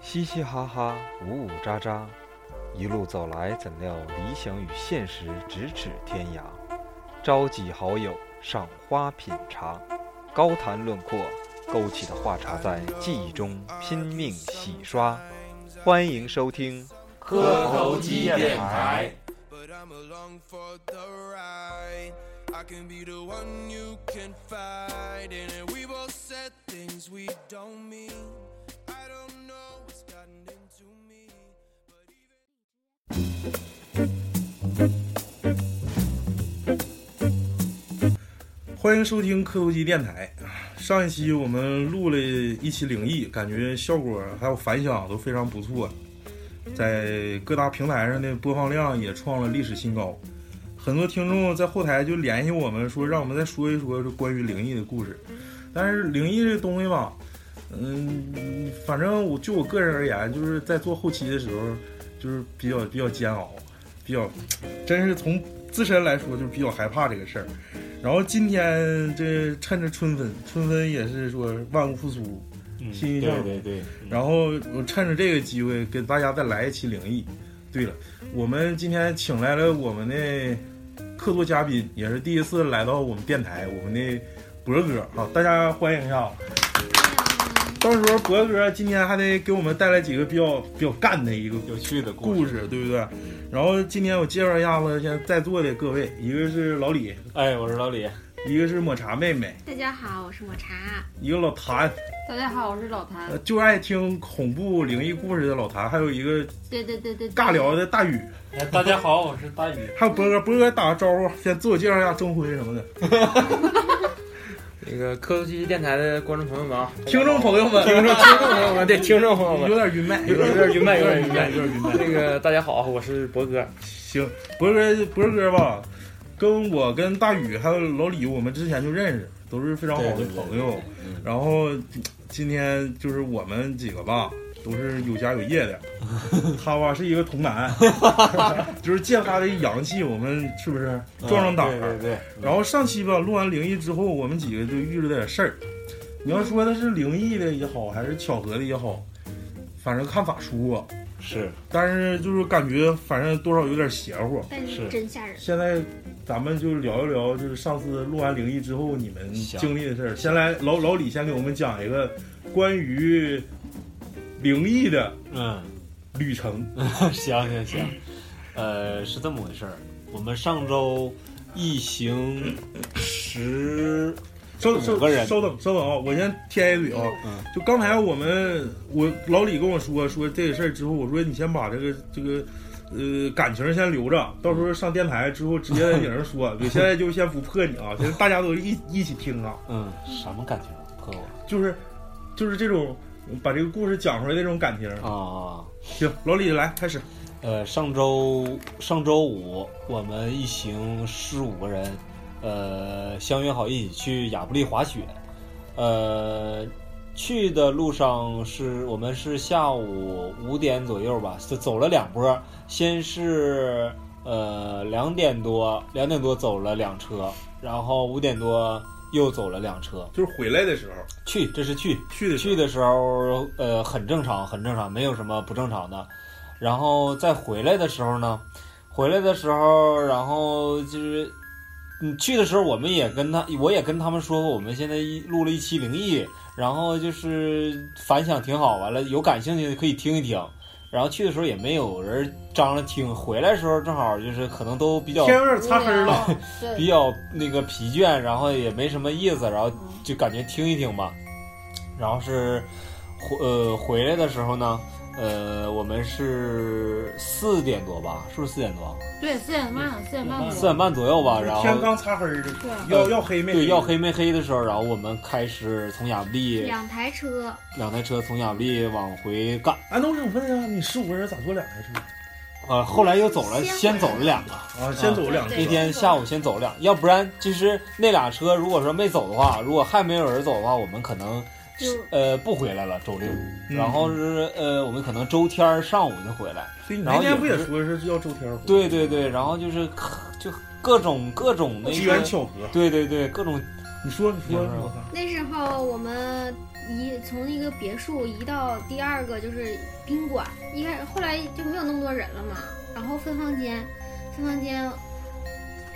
嘻嘻哈哈，呜呜喳喳，一路走来，怎料理想与现实咫尺天涯。召集好友，赏花品茶，高谈论阔，勾起的话茬在记忆中拼命洗刷。欢迎收听，磕头机电台。 But I'm along for the ride. I can be the one you can find. And we both said things we don't mean. I don't know what's gotten into me. But even 欢迎收听科头机电台。上一期我们录了一期灵异，感觉效果还有反响都非常不错，在各大平台上的播放量也创了历史新高。很多听众在后台就联系我们说，让我们再说一说这关于灵异的故事。但是灵异这东西吧，嗯，反正我就我个人而言，就是在做后期的时候，就是比较比较煎熬，比较，真是从自身来说就比较害怕这个事儿。然后今天这趁着春分，春分也是说万物复苏，新一对项嗯对对，然后我趁着这个机会给大家再来一期灵异。对了，我们今天请来了我们的客座嘉宾，也是第一次来到我们电台，我们的博哥啊，大家欢迎一下。到时候博哥今天还得给我们带来几个比较比较干的一个有趣的故事。事，对不对？然后今天我介绍一下子现在在座的各位，一个是老李，哎，我是老李，一个是抹茶妹妹，大家好，我是抹茶。一个老谭，大家好，我是老谭呃就爱听恐怖灵异故事的老谭，还有一个对对对对，对尬聊。的大宇。哎，大家好，我是大宇。还有波哥，波哥打个招呼，先自我介绍一下征婚什么的。那个科技电台的观众朋友们啊，听众朋友们，听众 听众朋友们，对听众朋友 有们，点晕麦，有点有点晕麦，有点晕晕麦，麦有。点晕麦。那个大家好，我是博哥。行，波哥，波哥吧，跟我跟大宇还有老李，我们之前就认识，都是非常好的朋友。嗯然后今天就是我们几个吧，都是有家有业 的。他吧是一个童男， 就是借他的阳气，我们是不是壮壮胆儿？对对对，然后上期吧，录完灵异之后，我们几个就遇着点事儿。你要说的是灵异的也好，还是巧合的也好，反正看咋说。是但是就是感觉，反正多少有点邪乎。但是是真吓人。现在咱们就聊一聊，就是上次录完灵异之后你们行经历的事儿。先来老老李先给我们讲一个关于灵异的嗯， 旅程。行行行，呃，是这么回事儿。我们上周一行十，稍稍五个人稍等稍等啊，我先添一嘴啊，嗯就刚才我们我老李跟我说说这个事儿之后，我说你先把这个这个呃感情先留着，到时候上电台之后直接在顶上说。 我现在就先不破你啊，现在大家都一一起听啊，嗯，什么感情？破我就是就是这种把这个故事讲出来的这种感情。啊、哦行，老李来开始。呃，上周上周五，我们一行十五个人，呃，相约好一起去亚布力滑雪。呃，去的路上是我们是下午五点左右吧，走走了两波，先是呃两点多，两点多走了两车，然后五点多又走了两车。就是回来的时候，去，这是去，去的时去候，的时候，呃，很正常，很正常，没有什么不正常的。然后再回来的时候呢，回来的时候，然后就是，嗯，去的时候我们也跟他，我也跟他们说过，我们现在一录了一期灵异，然后就是反响挺好，完了有感兴趣的可以听一听。然后去的时候也没有人张罗听，回来的时候正好就是可能都比较天有点擦黑了。 比较那个疲倦，然后也没什么意思，然后就感觉听一听吧。然后是回呃回来的时候呢，呃，我们是四点多吧，是不是四点多？对，四点半，四点嗯半四点半左右吧。然天后嗯刚擦黑的，对要要黑没？对要。黑没黑的时候，然后我们开始从亚布力两台车，两台车从亚布力往回干，哎，那我想问一下，你十五个人咋坐两台车？呃，后来又走了，先先走了两个。啊，先走两对那车。天下午先走两，要不然其实那俩车如果说没走的话，如果还没有人走的话，我们可能就呃不回来了，周六，嗯然后是呃我们可能周天儿上午就回来。对，你然那后天也不也不是说是要周天儿回对对对，然后就是就各种各种那机缘个，巧合。嗯对对对，各种你说，你你说，说我操那时候我们移从那个别墅移到第二个就是宾馆，一开始后来就没有那么多人了嘛，然后分房间，分房间，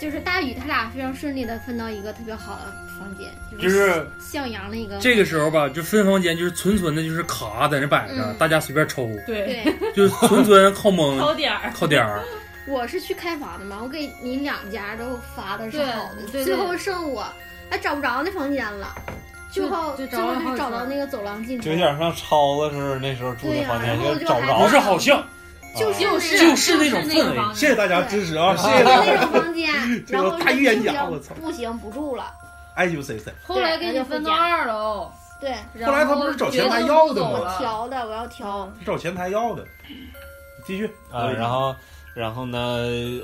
就是大宇他俩非常顺利的分到一个特别好的房间，就是向阳的一个，这个时候吧，就分房间就是纯纯的，就是卡在那摆着，嗯大家随便抽，对，对，就是纯纯靠 蒙超点儿，靠点儿。我是去开房的嘛，我给你两家都发的是对好的，对对最后剩我还找不着那房间了，最后就最就找后了好就几找到家那个走廊尽头就有，点像超子似的，那时候住对的呀房间然后就找不还着，不是好像，就是就那个就是那种氛围房谢谢大家支持啊！谢谢大家，那种房 间，这然个后太就冤不家行我操不行，不住了，爱就谁谁。后来给你分到二楼，对，然后来他不是找前台决定要的不走吗我了调的，我要调，找前台要的，继续啊，然后，然后呢，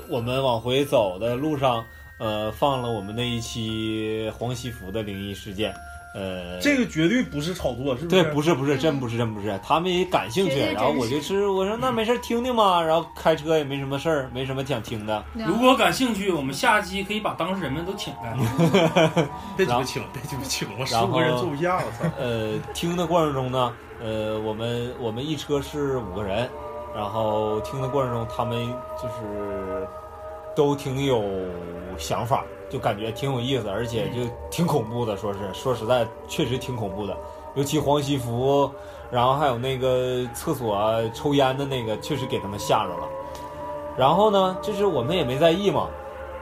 我们往回走的路上，呃，放了我们那一期黄西服的灵异事件，呃，这个绝对不是炒作，是不对是？，不是不是，真不是真不是，他们也感兴趣绝对，然后真我就是我说那没事儿听听嘛，然后开车也没什么事儿，没什么想听的，如果感兴趣，我们下期可以把当事人们都请来。嗯别鸡巴请，别鸡巴请，我十然五后个人坐不下，我操！呃，听的过程中呢，呃，我们我们一车是五个人，然后听的过程中，他们就是都挺有想法，就感觉挺有意思，而且就挺恐怖的。说是说实在，确实挺恐怖的，尤其黄西服，然后还有那个厕所、啊、抽烟的那个，确实给他们吓着了。然后呢，就是我们也没在意嘛。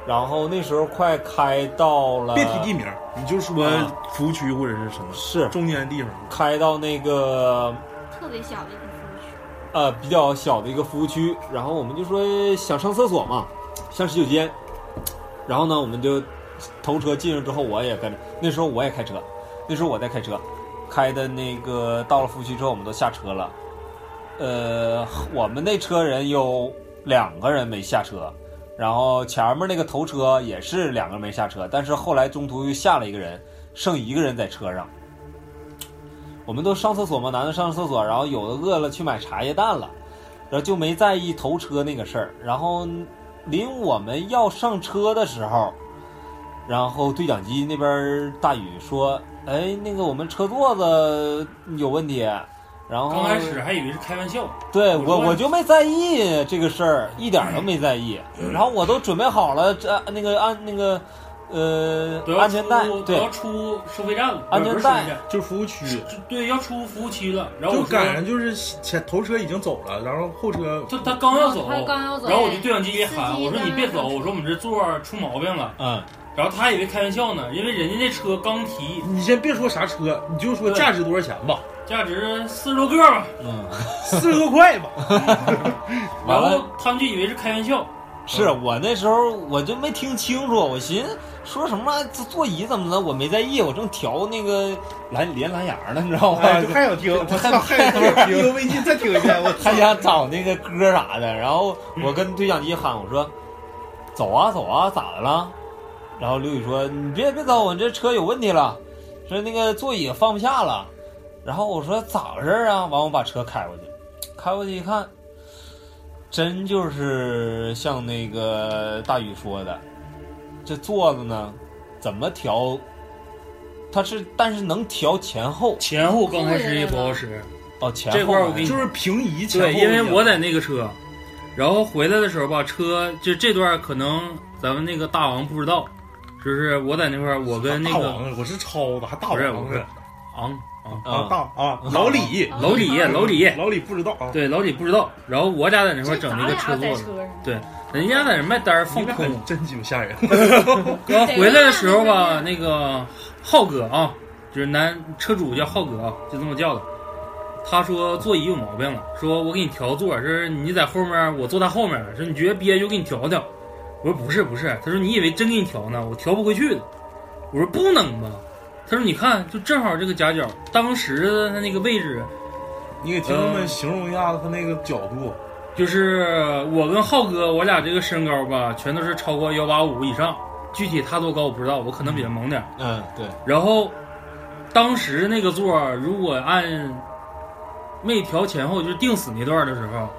然后那时候快开到了，别提地名，你就说啊服务区或者是什么是中间地方，开到那个嗯特别小的一个服呃比较小的一个服务区，然后我们就说想上厕所嘛，上洗手间，然后呢我们就头车进去之后，我也跟着，那时候我也开车，那时候我在开车，开的那个到了服务区之后，我们都下车了，呃，我们那车人有两个人没下车。然后前面那个头车也是两个人没下车，但是后来中途又下了一个人，剩一个人在车上。我们都上厕所嘛，男的上厕所，然后有的饿了去买茶叶蛋了，然后就没在意头车那个事儿。然后临我们要上车的时候，然后对讲机那边大宇说：“哎，那个我们车座子有问题。”然后刚开始还以为是开玩笑，对我我说我就没在意这个事儿，一点儿都没在意。然后我都准备好了，这那个安那个呃都要安全带出，都对要出收费站了，安全带不是就是服务区，不是收费站，就对，要出服务区了。然后就我说赶上就是前头车已经走了，然后后车他他刚要走，他刚要走，然后我就对讲机里喊，司机我说刚你别走，刚我说我们这座儿出毛病了。嗯，然后他还以为开玩笑呢，因为人家那车刚提，你先别说啥车，你就说对价值多少钱吧，价值四十多个吧。四十多块吧。然完了后他们就以为是开玩笑，是我那时候我就没听清楚，我寻思说什么这座椅怎么了，我没在意，我正调那个蓝连蓝牙呢，你知道吗？ 哎，就还想听，我操，还想听，意犹未尽，再听一遍，我操还想找那个歌啥的，然后我跟对讲机喊我说：“走啊走啊，咋的了？”然后刘宇说：“你别别走，我这车有问题了，说那个座椅放不下了。”然后我说：“咋回事儿啊？”完我把车开过去，开过去一看，真就是像那个大宇说的，这座子呢怎么调？它是，但是能调前后前后刚开始也不好使。哦，前后这块儿我还给你就是平移前后对，因为一样我在那个车，然后回来的时候吧，车就这段可能咱们那个大王不知道，就是我在那块儿，我跟那大个王，我是超子，还大不是王不是呢，昂昂啊啊大啊老李，啊老李老李，老李不知道啊，对老李不知道，然后我俩在那块儿整那个咱车俩在座车子，上，人家在那卖单儿放你俩空，真鸡巴吓人。刚回来的时候吧，那个浩哥啊，就是男车主叫浩哥啊，就这么叫的。他说座椅有毛病了，说我给你调座，是你在后面，我坐他后面，说你觉得憋就给你调调。我说不是不是，他说你以为真给你调呢？我调不回去的。我说不能吧？他说你看，就正好这个夹角，当时的他那个位置， 你给听众嗯们形容一下他那个角度，就是我跟浩哥，我俩这个身高吧，全都是超过幺八五以上。具体他多高我不知道，我可能比他猛点儿。嗯对然后当时那个座儿如果按没调前后就是定死那段儿的时候，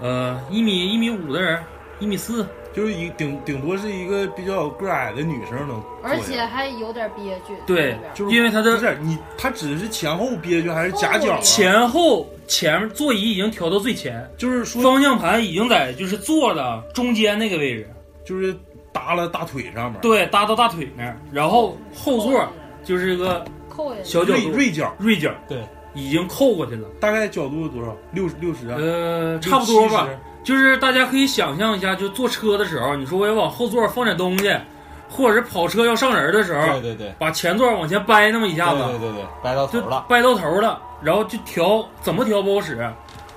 呃，一米一米五的人，一米四，就是一顶顶多是一个比较个矮的女生能坐下，而且还有点憋屈。对那边就是因为他不的是你，她指的是前后憋屈还是夹角啊？前后前面座椅已经调到最前，就是说方向盘已经在就是坐的中间那个位置，就是搭了大腿上面，对，搭到大腿那儿，然后后座就是一个扣下去，小角锐度锐角，锐角，对，已经扣过去了，大概角度有多少？六十六十啊，呃，六差不多七吧十。就是大家可以想象一下，就坐车的时候，你说我要往后座放点东西，或者是跑车要上人的时对候，对对，把前座往前掰那啊么一下对对子，对对，掰到头就了。掰到头了，然后就调怎么调不好使。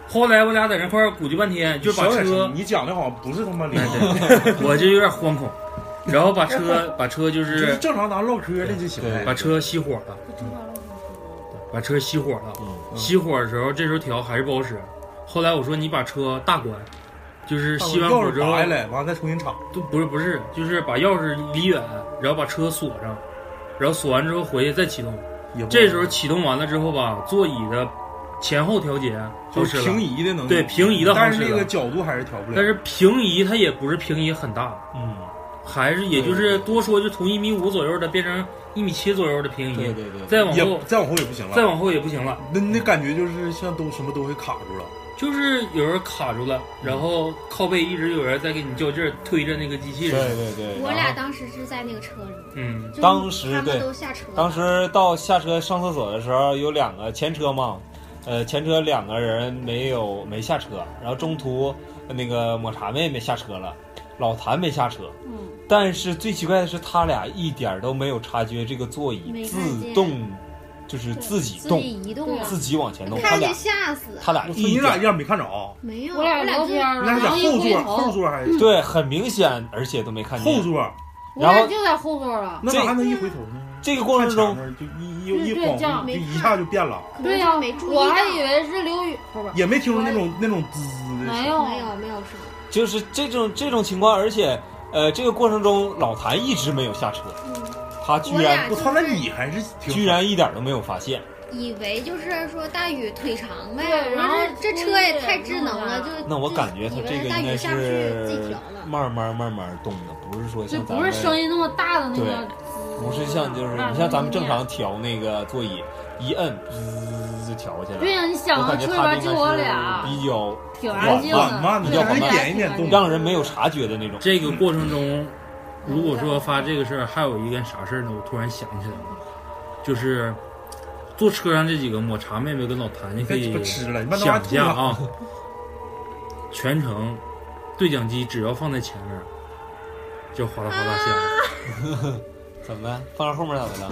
后来我俩在那块儿鼓捣半天，就把小点车声你讲的好像不是他妈灵 啊异，我就有点惶恐，然后把车 把车就就是是正常咱唠嗑的就行对把了。车熄火了，把车熄火了。嗯，熄火的时候，这时候调还是不好使。后来我说你把车大关，就是熄完钥火匙之后拔下来，完了再重新插。都不是不是，就是把钥匙离远，然后把车锁上，然后锁完之后回去再启动。也不这时候启动完了之后吧，座椅的前后调节就就是是平了，移的能力对平移的但是方式那个了角度还是调不了。但是平移它也不是平移很大，嗯，还是也就是多说就从一米五左右的变成一米七左右的平对移，对对，再往后也再往后也不行了。再往后也不行了，那那感觉就是像都什么都会卡住了。就是有人卡住了，然后靠背一直有人在给你较劲儿推着那个机器对似的，对对。我然俩后当时是在那个车里，嗯，就是当时他对们都下车了，当时到下车上厕所的时候，有两个前车嘛，呃，前车两个人没有没下车，然后中途那个抹茶妹妹下车了，老谭没下车。嗯，但是最奇怪的是，他俩一点儿都没有察觉这个座椅没自看见动，就是自己自动，己移动啊了，自己往前动。他看俩就吓死，他俩我操一你点俩儿一样没看着啊，没有，我俩聊就天儿你了，俩嗯然在后一后回座，后头，嗯座还对，很明显，而且都没看见。后座，我俩就在后座了。那这咋还能一回头呢？这个过程中看，前面就一一一对晃这样就没一看下就变了，可能对呀、就没注意到，我还以为是刘宇，不是也没听着那种那种滋滋的没声。有没有没有声，就是这种这种情况，而且呃，这个过程中老谭一直没有下车，嗯，他居我然俩我操，那你还是挺居然一点儿都没有发现。以为就是说大宇腿长呗，对然后这这车也太智能了，就那我就感觉他以为这个大应该宇下不去自己是调了，慢慢慢慢动的，不是说就像咱不们是声音那么大的那对个，不是像就是那你像咱们正常调那个座椅，一摁滋就调过去了。对呀、你想我啊，感觉车里他边这就个我是俩，比较挺安静缓的，慢的对就是还一点一点动让人没有察觉的那种。这个过程中，如果说发这个事儿，还有一件啥事儿呢？我突然想起来了，就是坐车上这几个抹茶妹妹跟老谭，你可该鸡以巴吃了，你把那玩意想儿一吐下了。啊，全程对讲机只要放在前面，就哗啦哗啦响，怎么了？放到后面咋的了？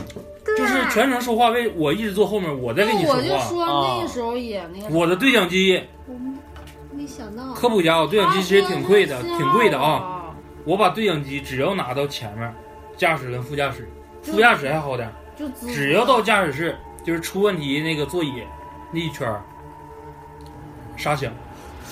就是啊全程说话位，我一直坐后面，我在跟你那说哦我就话。说啊那时候也那个，我的对讲机，我没没想到，科普一下啊，对讲机其实挺贵的，啊挺贵的啊。！我把对讲机只要拿到前面，驾驶跟副驾驶，就副驾驶还好点儿。就滋只要到驾驶室，就是出问题那个座椅那一圈儿，沙响，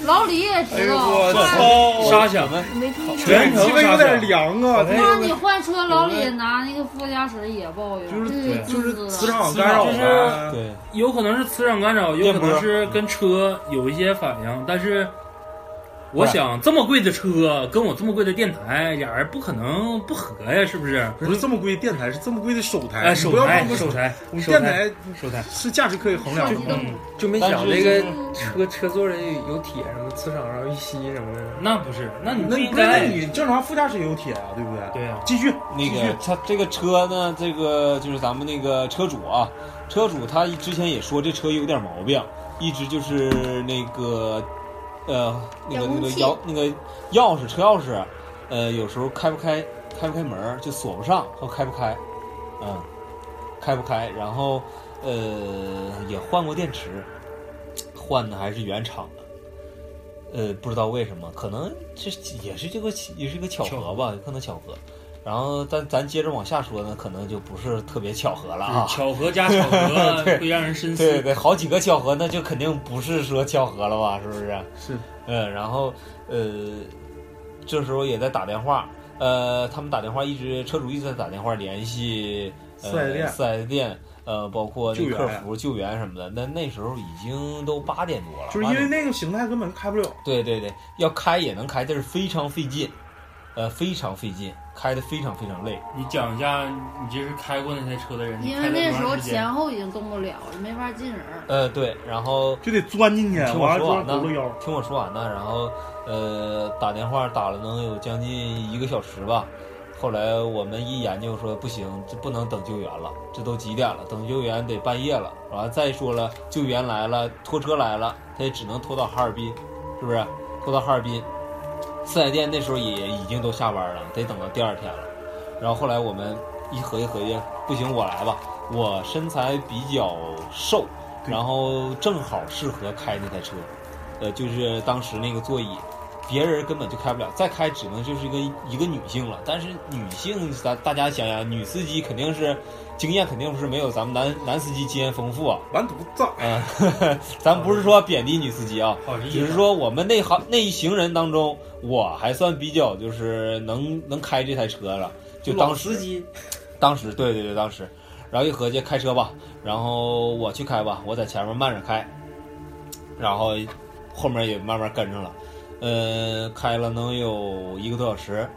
老李也知道，哎操沙响，没注意。全程鸡巴有刹点车凉啊！这那个你换车，老李拿那个副驾驶也抱怨，就是嗯，就是磁滋滋的场干扰啊呗。对，有可能是磁场干扰，有电可波能是跟车有一些反应，但是。我想这么贵的车跟我这么贵的电台，俩人不可能不合呀，是不是？不是这么贵的电台，是这么贵的手台。哎，你手不要台忘，了手台，我们手电台，台手台，是价值可以衡量的。嗯，就没但想是那个就车是车座儿也有铁什么磁场，然后一吸什么的。那不是，那你那不你应不是那该，你正常副驾驶也有铁啊，对不对？对啊，继续，那继续个他这个车呢，这个就是咱们那个车主啊，车主他之前也说这车有点毛病，一直就是那个呃那个那个遥钥那个钥匙车钥匙，呃有时候开不开开不开门儿就锁不上或开不开，嗯，开不开，然后呃也换过电池，换的还是原厂的。呃，不知道为什么，可能这也是这个也是个巧合吧，有可能巧合。然后但咱接着往下说呢，可能就不是特别巧合了啊。巧合加巧合会让人深对思。对，好几个巧合，那就肯定不是说巧合了 吧？是不是？是嗯，然后呃，这时候也在打电话，呃，他们打电话一直车主一直在打电话联系呃四 S 店四 S 店，呃，包括那救援客啊服救援什么的。那那时候已经都八点多了，就是8因为点那个形态根本开不了。对对对，要开也能开，但是非常费劲。呃，非常费劲，开的非常非常累。你讲一下，你这是开过那台车的人，你因开为那了多时候长时间前后已经动不了了，没法进人儿。呃，对，然后就得钻进去，听我完了说完啊钻呢轱辘腰。听我说完呢，然后呃打电话打了能有将近一个小时吧。后来我们一研究说不行，这不能等救援了，这都几点了？等救援得半夜了。完了再说了，救援来了，拖车来了，他也只能拖到哈尔滨，是不是？拖到哈尔滨，四 S 店那时候也已经都下班了，得等到第二天了。然后后来我们一合计合计，不行，我来吧，我身材比较瘦，对然后正好适合开那台车。呃，就是当时那个座椅，别人根本就开不了，再开只能就是一个一个女性了。但是女性，咱大家想想，女司机肯定是经验肯定是没有咱们男男司机经验丰富啊。完犊子，嗯、咱不是说贬低女司机啊，好意只是思。说我们那行那一行人当中，我还算比较就是能能开这台车了。就当时机，当时对对对，当时，然后一合计开车吧，然后我去开吧，我在前面慢着开，然后后面也慢慢跟上了，呃，开了能有一个多小时，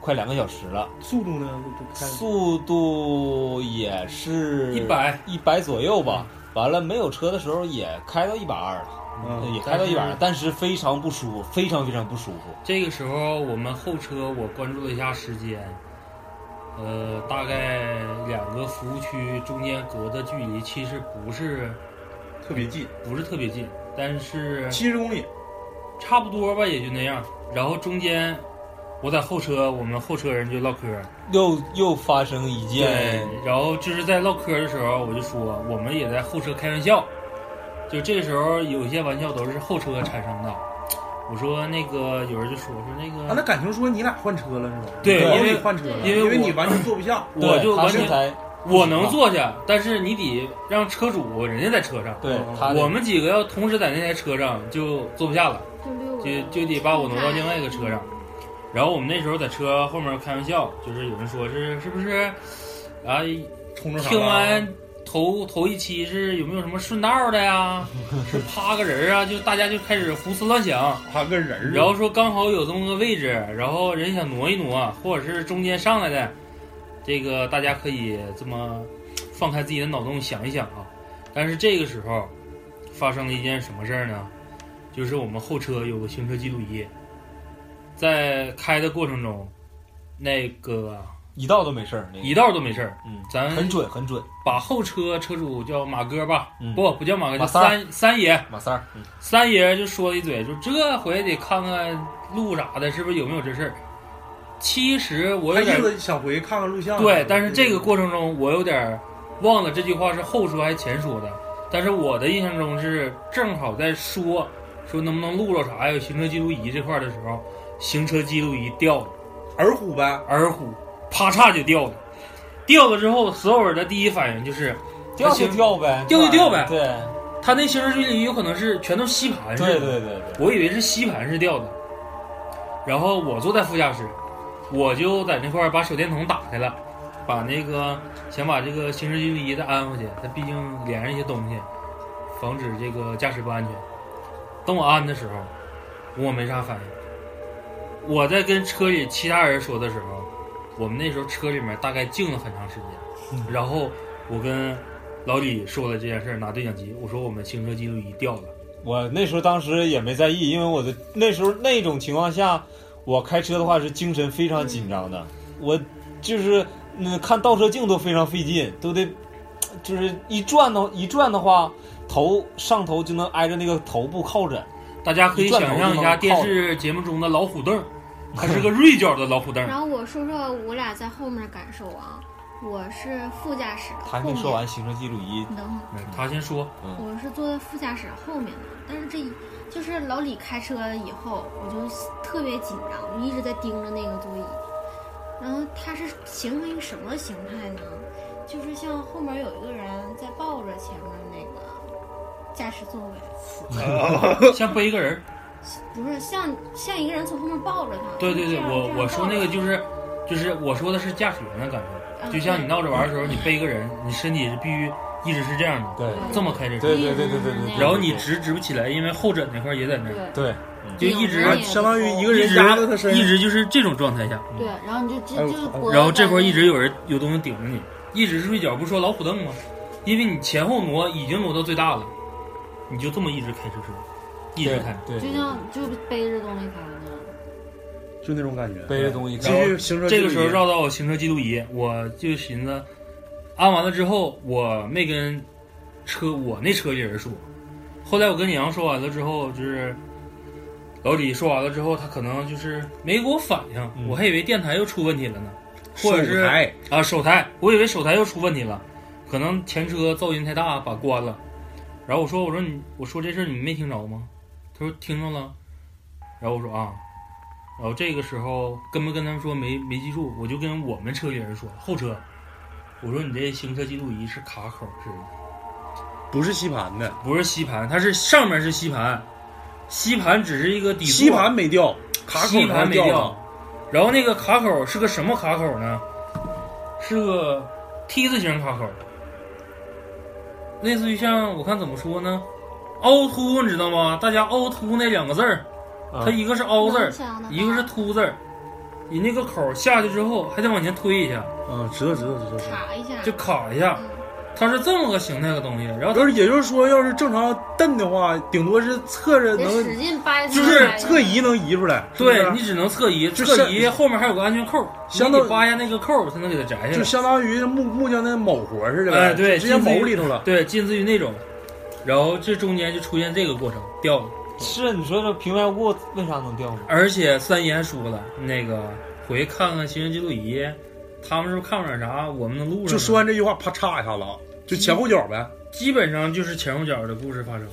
快两个小时了，速度呢不开。速度也是100一百左右吧。完了没有车的时候也开到一百二了，嗯，也开到但一是百二，但是非常不舒服，非常非常不舒服。这个时候我们后车我关注了一下时间，呃，大概两个服务区中间隔的距离其实不是特别近，不是特别近，但是七十公里。差不多吧，也就那样。然后中间我在后车，我们后车人就唠嗑儿，又又发生一件，然后就是在唠嗑的时候，我就说我们也在后车开玩笑，就这个时候有一些玩笑都是后车产生的。我说那个有人就说说那啊，那个，感情说你俩换车了是吧？对你因为得换车了，因为因为我你完全坐不下。我对就他完身全材我能坐下，但是你得让车主人家在车上，对嗯，他我们几个要同时在那台车上就坐不下了。就溜了就就得把我挪到另外一个车上。然后我们那时候在车后面开玩笑，就是有人说是是不是啊？冲着啥了听完头头一期是有没有什么顺道的呀？是趴个人啊？就大家就开始胡思乱想，他个人嗯儿然后说刚好有这么个位置，然后人想挪一挪，或者是中间上来的，这个大家可以这么放开自己的脑洞想一想啊。但是这个时候发生了一件什么事儿呢？就是我们后车有个行车记录仪，在开的过程中，那个一道都没事儿，那个一道都没事儿，嗯，咱很准很准，把后车车主叫马哥吧，嗯不不叫马哥，马叫三儿三三爷，马三儿，嗯，三爷就说了一嘴，就这回得看看路啥的，是不是有没有这事儿？其实我他有意点思想回看看录像。对，但是这个过程中我有点忘了这句话是后说还是前说的，但是我的印象中是正好在说说能不能录着啥呀？行车记录仪这块儿的时候，行车记录仪掉了，耳虎呗，耳虎啪嚓就掉了，掉了之后，所有人的第一反应就是掉就行掉呗，掉就掉呗对他那行车记录仪有可能是全都吸盘似的，对对对对，我以为是吸盘是掉的，然后我坐在副驾驶，我就在那块儿把手电筒打开了，把那个想把这个行车记录仪再安回去，它毕竟连上一些东西，防止这个驾驶不安全。等我安的时候，我没啥反应。我在跟车里其他人说的时候，我们那时候车里面大概静了很长时间，然后我跟老李说了这件事儿，拿对讲机，我说我们行车记录仪掉了。我那时候当时也没在意，因为我的那时候那种情况下，我开车的话是精神非常紧张的，我就是嗯看倒车镜都非常费劲，都得就是一转的一转的话，头上头就能挨着那个头部靠枕，大家可以想象一下电视节目中的老虎凳，它是个锐角的老虎 凳然。后我说说我俩在后面感受啊，我是副驾驶他还后没面，说完行车记录仪，你等会儿，他先说，我是坐在副驾驶后面的，但是这一就是老李开车以后，我就特别紧张，就一直在盯着那个座椅。然后它是形成一个什么形态呢？就是像后面有一个人在抱着前面那个驾驶座位，像背一个人儿。不是像像一个人从后面抱着他。对对对，这样我这样我说抱着那个就是，就是我说的是驾驶员的感觉，嗯就像你闹着玩儿的时候，你背一个人，你身体是必须一直是这样的，对这么开这车，对对对对对对对然后你直直不起来，因为后枕那块也在那儿，对对，就一直对啊相当于一个一人直压到他身一上，直就是这种状态下，对，然后你就直哎就我是操脖子然后这块一直有人有东西顶着你，一直睡觉不是说老虎凳吗？因为你前后挪已经挪到最大了，你就这么一直开车车，一直开，对，就像就背着东西开的那样。就那种感觉。背着东西继开，续行车记这录仪，个时候绕到我行车记录仪，我就寻思，安完了之后，我没跟车我那车里人说。后来我跟杨说完了之后，就是老李说完了之后，他可能就是没给我反应，嗯我还以为电台又出问题了呢，或者手是台啊手台，我以为手台又出问题了，可能前车噪音太大把关了。然后我说我说你我说这事儿你没听着吗？他说听着了。然后我说啊，然后这个时候跟没跟他们说没没记住，我就跟我们车里人说后车，我说你这行车记录仪是卡口式的，不是吸盘的，不是吸盘，它是上面是吸盘，吸盘只是一个底座吸盘没掉，卡口吸盘上没了。掉，然后那个卡口是个什么卡口呢？是个 T 字形卡口，类似于像我看怎么说呢，凹凸你知道吗？大家凹凸那两个字儿，啊它一个是凹字儿，想的话一个是凸字儿。你那个口下去之后，还得往前推一下，嗯，知道知道知道知道。卡一下，就卡一下，它是这么个形态的东西。然后它要是也就是说，要是正常蹬的话，顶多是侧着得能使劲掰，就是侧移能移出来，是不对是你只能侧移，啊就侧像移后面还有个安全扣，你相得当于扒一下那个扣才能给它摘下来。就相当于木木匠那某活似的呗，哎对直接某里头了。对，近似于那种，然后这中间就出现这个过程掉了，是你说这平白无故为啥能掉呢？而且三爷还说了，那个回看看行车记录仪，他们是不是看不了啥，我们能录上呢。就说完这句话，啪嚓一下子啊，就前后脚呗。基本上就是前后脚的故事发生。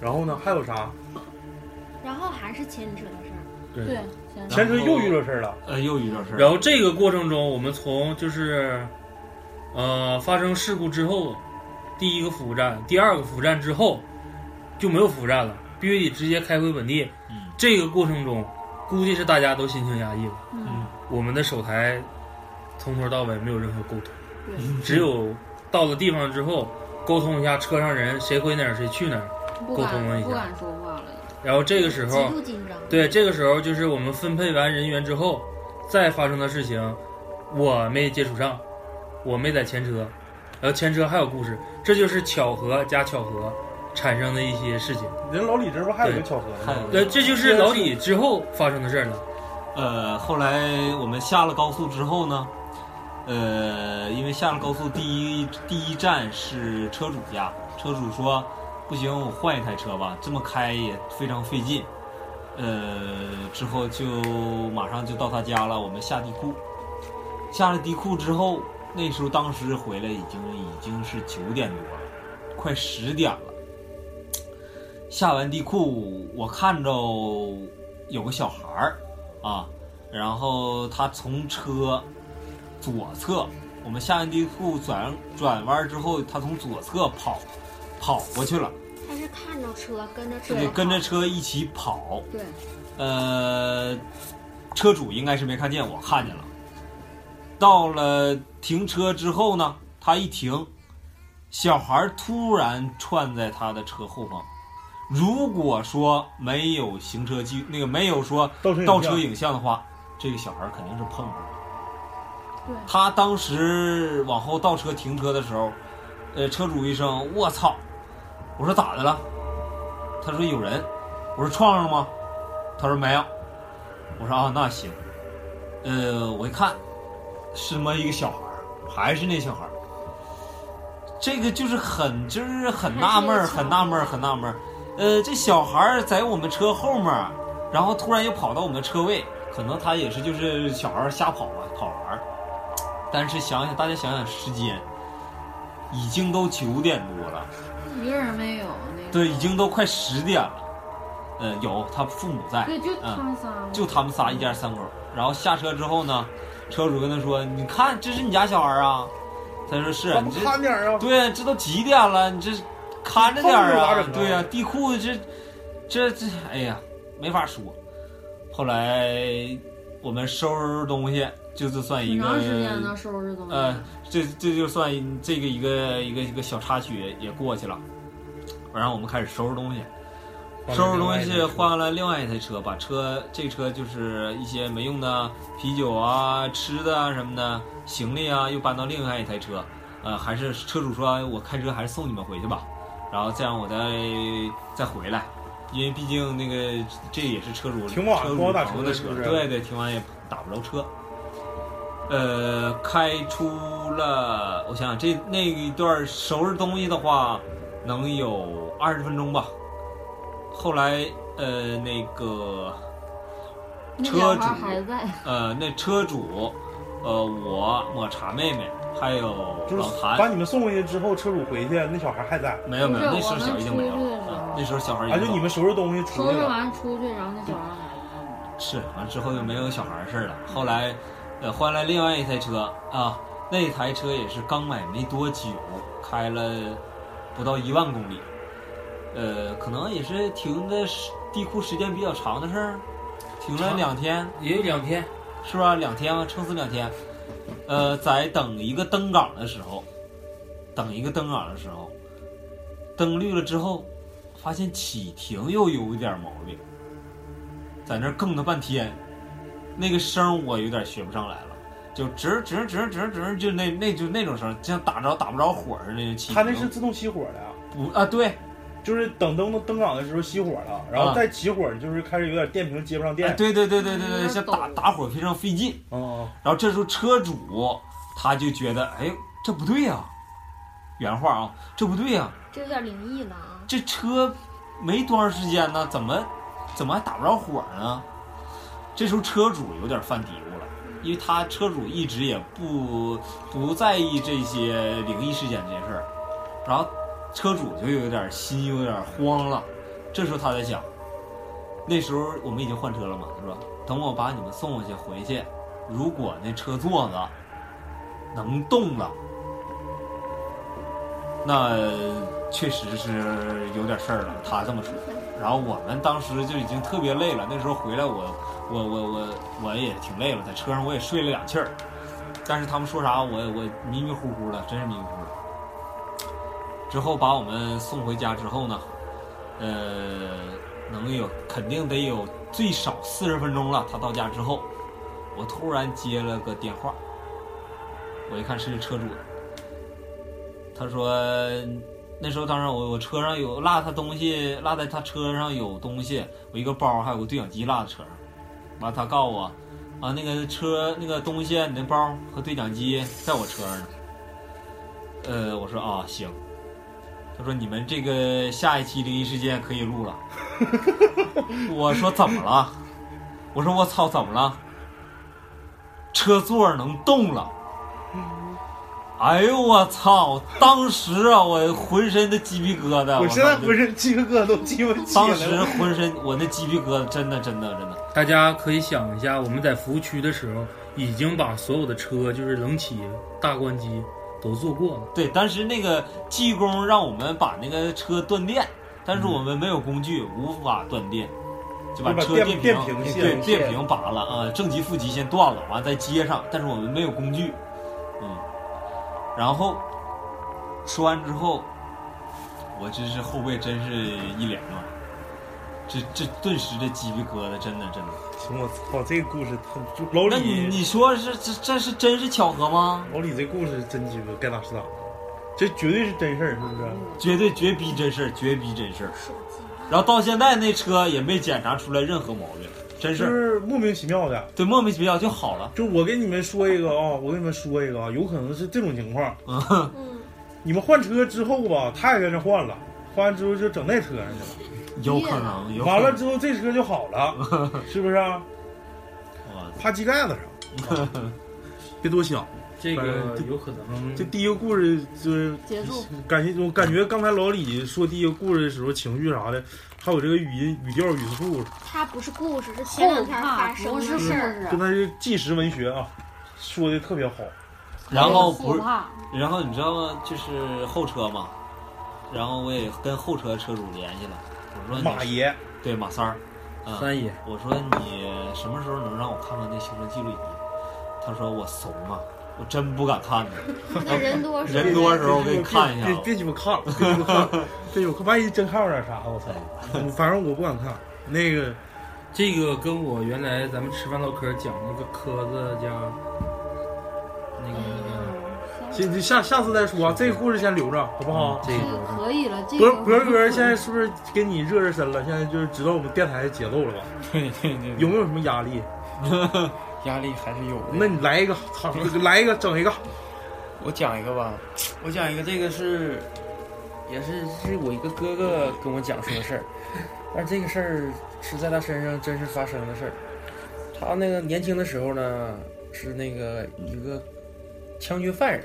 然后呢，还有啥？然后还是牵扯的事儿，对，嗯行前车又遇到事儿了，呃，又遇到事儿然后这个过程中，我们从就是，呃，发生事故之后，第一个服务站，第二个服务站之后就没有服务站了，必须得直接开回本地。嗯这个过程中，估计是大家都心情压抑了。嗯我们的手台从头到尾没有任何沟通，嗯对只有到了地方之后沟通一下车上人谁回哪儿谁去哪儿，不沟通敢一下不敢说话了。然后这个时极候度紧张。对这个时候就是我们分配完人员之后再发生的事情，我没接触上，我没在前车，然后前车还有故事，这就是巧合加巧合产生的一些事情，人老李这不还有一个巧合还呢有吗？对，这就是老李之后发生的事儿了，呃，后来我们下了高速之后呢，呃，因为下了高速第一第一站是车主家，车主说不行，我换一台车吧，这么开也非常费劲。呃，之后就马上就到他家了，我们下地库，下了地库之后，那时候当时回来已经已经是九点多了，快十点了。下完地库，我看着有个小孩儿，啊，然后他从车左侧，我们下完地库转转弯之后，他从左侧跑跑过去了，他是看着车跟着车就跟着车一起跑。对，呃，车主应该是没看见，我看见了。到了停车之后呢，他一停，小孩儿突然窜在他的车后方。如果说没有行车记那个没有说倒车倒倒车影像的话，这个小孩肯定是碰上对了。他当时往后倒车停车的时候，呃，车主一声“我操”，我说咋的了？他说有人，我说撞上了吗？他说没有，我说啊那行，呃，我一看是么一个小孩儿，还是那小孩儿，这个就是很就是很纳闷儿，还是有很纳闷儿，很纳闷儿。呃，这小孩儿在我们车后面儿，然后突然又跑到我们车位，可能他也是就是小孩儿瞎跑吧，跑玩儿。但是想想大家想想时间，已经都九点多了，一个人没有那个。对，已经都快十点了。呃，有他父母在，对，就他嗯，们仨嘛，就他们仨一家三口。然后下车之后呢，车主跟他说：“你看，这是你家小孩啊？”他说：“是。”不你这看点儿啊，对呀，这都几点了？你这看着点儿放着啊拉整！啊对呀、地库这这这，哎呀，没法说。后来我们收拾东西，这就算一挺个长时间呢，收拾东西。呃，这这就算这个一个一个一个小插曲也过去了，然后我们开始收拾东西，收拾东西换了另外一台车，把车这车就是一些没用的啤酒啊、吃的啊什么的，行李啊又搬到另外一台车，呃，还是车主说我开车还是送你们回去吧，然后再让我再再回来。因为毕竟那个这也是车主挺晚车主不好打朋车友的的是车不，是对对，挺晚也打不着车。呃，开出了，我想想，这那一段收拾东西的话，能有二十分钟吧。后来，呃，那个，那车两盘主还在，呃，那车主，呃，我抹茶妹妹，还有就是老把谭，你们送回去之后，车主回去，那小孩还在。没有没有，不那是时候我小们已经没有出去的时候了，那时候小孩已嗯啊，经就走你了们收拾东西出收去拾了，完出去，然后那小孩还在。是，完了之后就没有小孩儿事儿了。后来，呃，换了另外一台车啊，那台车也是刚买没多久，开了不到一万公里，呃，可能也是停的时地库时间比较长的事儿，停了长两天，也有两天，是吧？两天啊，撑死两天。呃，在等一个登岗的时候，等一个登岗的时候，灯绿了之后，发现启停又有一点毛病，在那儿更了半天，那个声儿我有点学不上来了，就吱吱吱吱吱，就那那就那种声儿，像打着打不着火似的那种启停。他那是自动熄火的啊，不啊？对，就是等灯登岗的时候熄火了，然后啊再起火就是开始有点电瓶接不上哎电。对对对对对对，嗯像懂打打火非常费劲。哦，然后这时候车主他就觉得，哎，这不对呀、原话啊，这不对呀、这有点灵异了啊！这车没多长时间呢，怎么怎么还打不着火呢？这时候车主有点犯嘀咕了，因为他车主一直也不不在意这些灵异事件这些事儿，然后车主就有点心有点慌了。这时候他在想，那时候我们已经换车了嘛，是吧？等我把你们送过去回去，如果那车座子能动了，那确实是有点事儿了。他这么说，然后我们当时就已经特别累了。那时候回来我，我我我我也挺累了，在车上我也睡了两气儿。但是他们说啥，我我迷迷糊糊的，真是迷迷糊糊的。之后把我们送回家之后呢，呃，能有肯定得有最少四十分钟了。他到家之后，我突然接了个电话，我一看是车主的，他说那时候当时我我车上有落他东西，落在他车上有东西，我一个包还有个对讲机落在车上，完他告我啊那个车那个东西你那包和对讲机在我车上呢，呃我说啊行，他说你们这个下一期灵异事件可以录了，我说怎么了？我说我操怎么了？车座能动了。哎呦我操！当时啊，我浑身的鸡皮疙瘩，我现在操浑身鸡皮疙瘩都鸡巴起当来时了。浑身我那鸡皮疙瘩，真的真的真的，大家可以想一下，我们在服务区的时候，已经把所有的车，就是冷启、大关机都做过了。对。当时那个技工让我们把那个车断电，但是我们没有工具，无法断电，就把嗯就把车电电电瓶卸对了电瓶拔了啊，正极负极先断了，完再接上，但是我们没有工具，嗯。然后说完之后，我真是后背真是一脸乱，这这顿时这鸡皮疙瘩真的真的。行，我操，这个故事太就老那你李，你说是这这是真是巧合吗？老李这故事真鸡巴该打是打，这绝对是真事儿，是不是？绝对绝逼真事儿，绝逼真事儿。手机然后到现在那车也没检查出来任何毛病，真就是儿是莫名其妙的。对莫名其妙就好了。就我给你们说一个啊、我给你们说一个啊，有可能是这种情况。嗯，你们换车之后吧，他也跟着换了，换完之后就整那车上去了。有可能，有可完能了，之后这车就好了，是不是啊？我操趴机盖子上， 啊别多想。这个个有可能这第一个故事就是结束，感觉我感觉刚才老李说第一个故事的时候，情绪啥的，还有这个语音、语调、语速，它不是啊故事，是前后两天怕发生不的是事事儿。跟儿，他啊是纪实文学啊，说的特别好。然后不后是， 怕，然后你知道吗？就是后车嘛，然后我也跟后车车主联系了，我说你马爷，对马三儿，啊、三爷我说你什么时候能让我看看那行车记录仪？他他说我怂啊，我真不敢看呢。那人多时候人多时候我给你看一下啊别别鸡巴看了，别鸡巴看了，别鸡巴看，万一真看着点啥，我操！嗯反正我不敢看。那个这个跟我原来咱们吃饭唠嗑讲那个磕子加那个那个行，你下下次再说，啊这个故事先留着，好不好？这这个个可以了，这博个博哥现在是不是给你热热身了？现在就是知道我们电台的节奏了吧？对对对，有没有什么压力？压力还是有的。那你来一个，操，来一个，整一个。我讲一个吧，我讲一个，这个是，也是是我一个哥哥跟我讲说的 事儿，但是这个事儿是在他身上真实发生的事儿。他那个年轻的时候呢，是那个一个枪决犯人，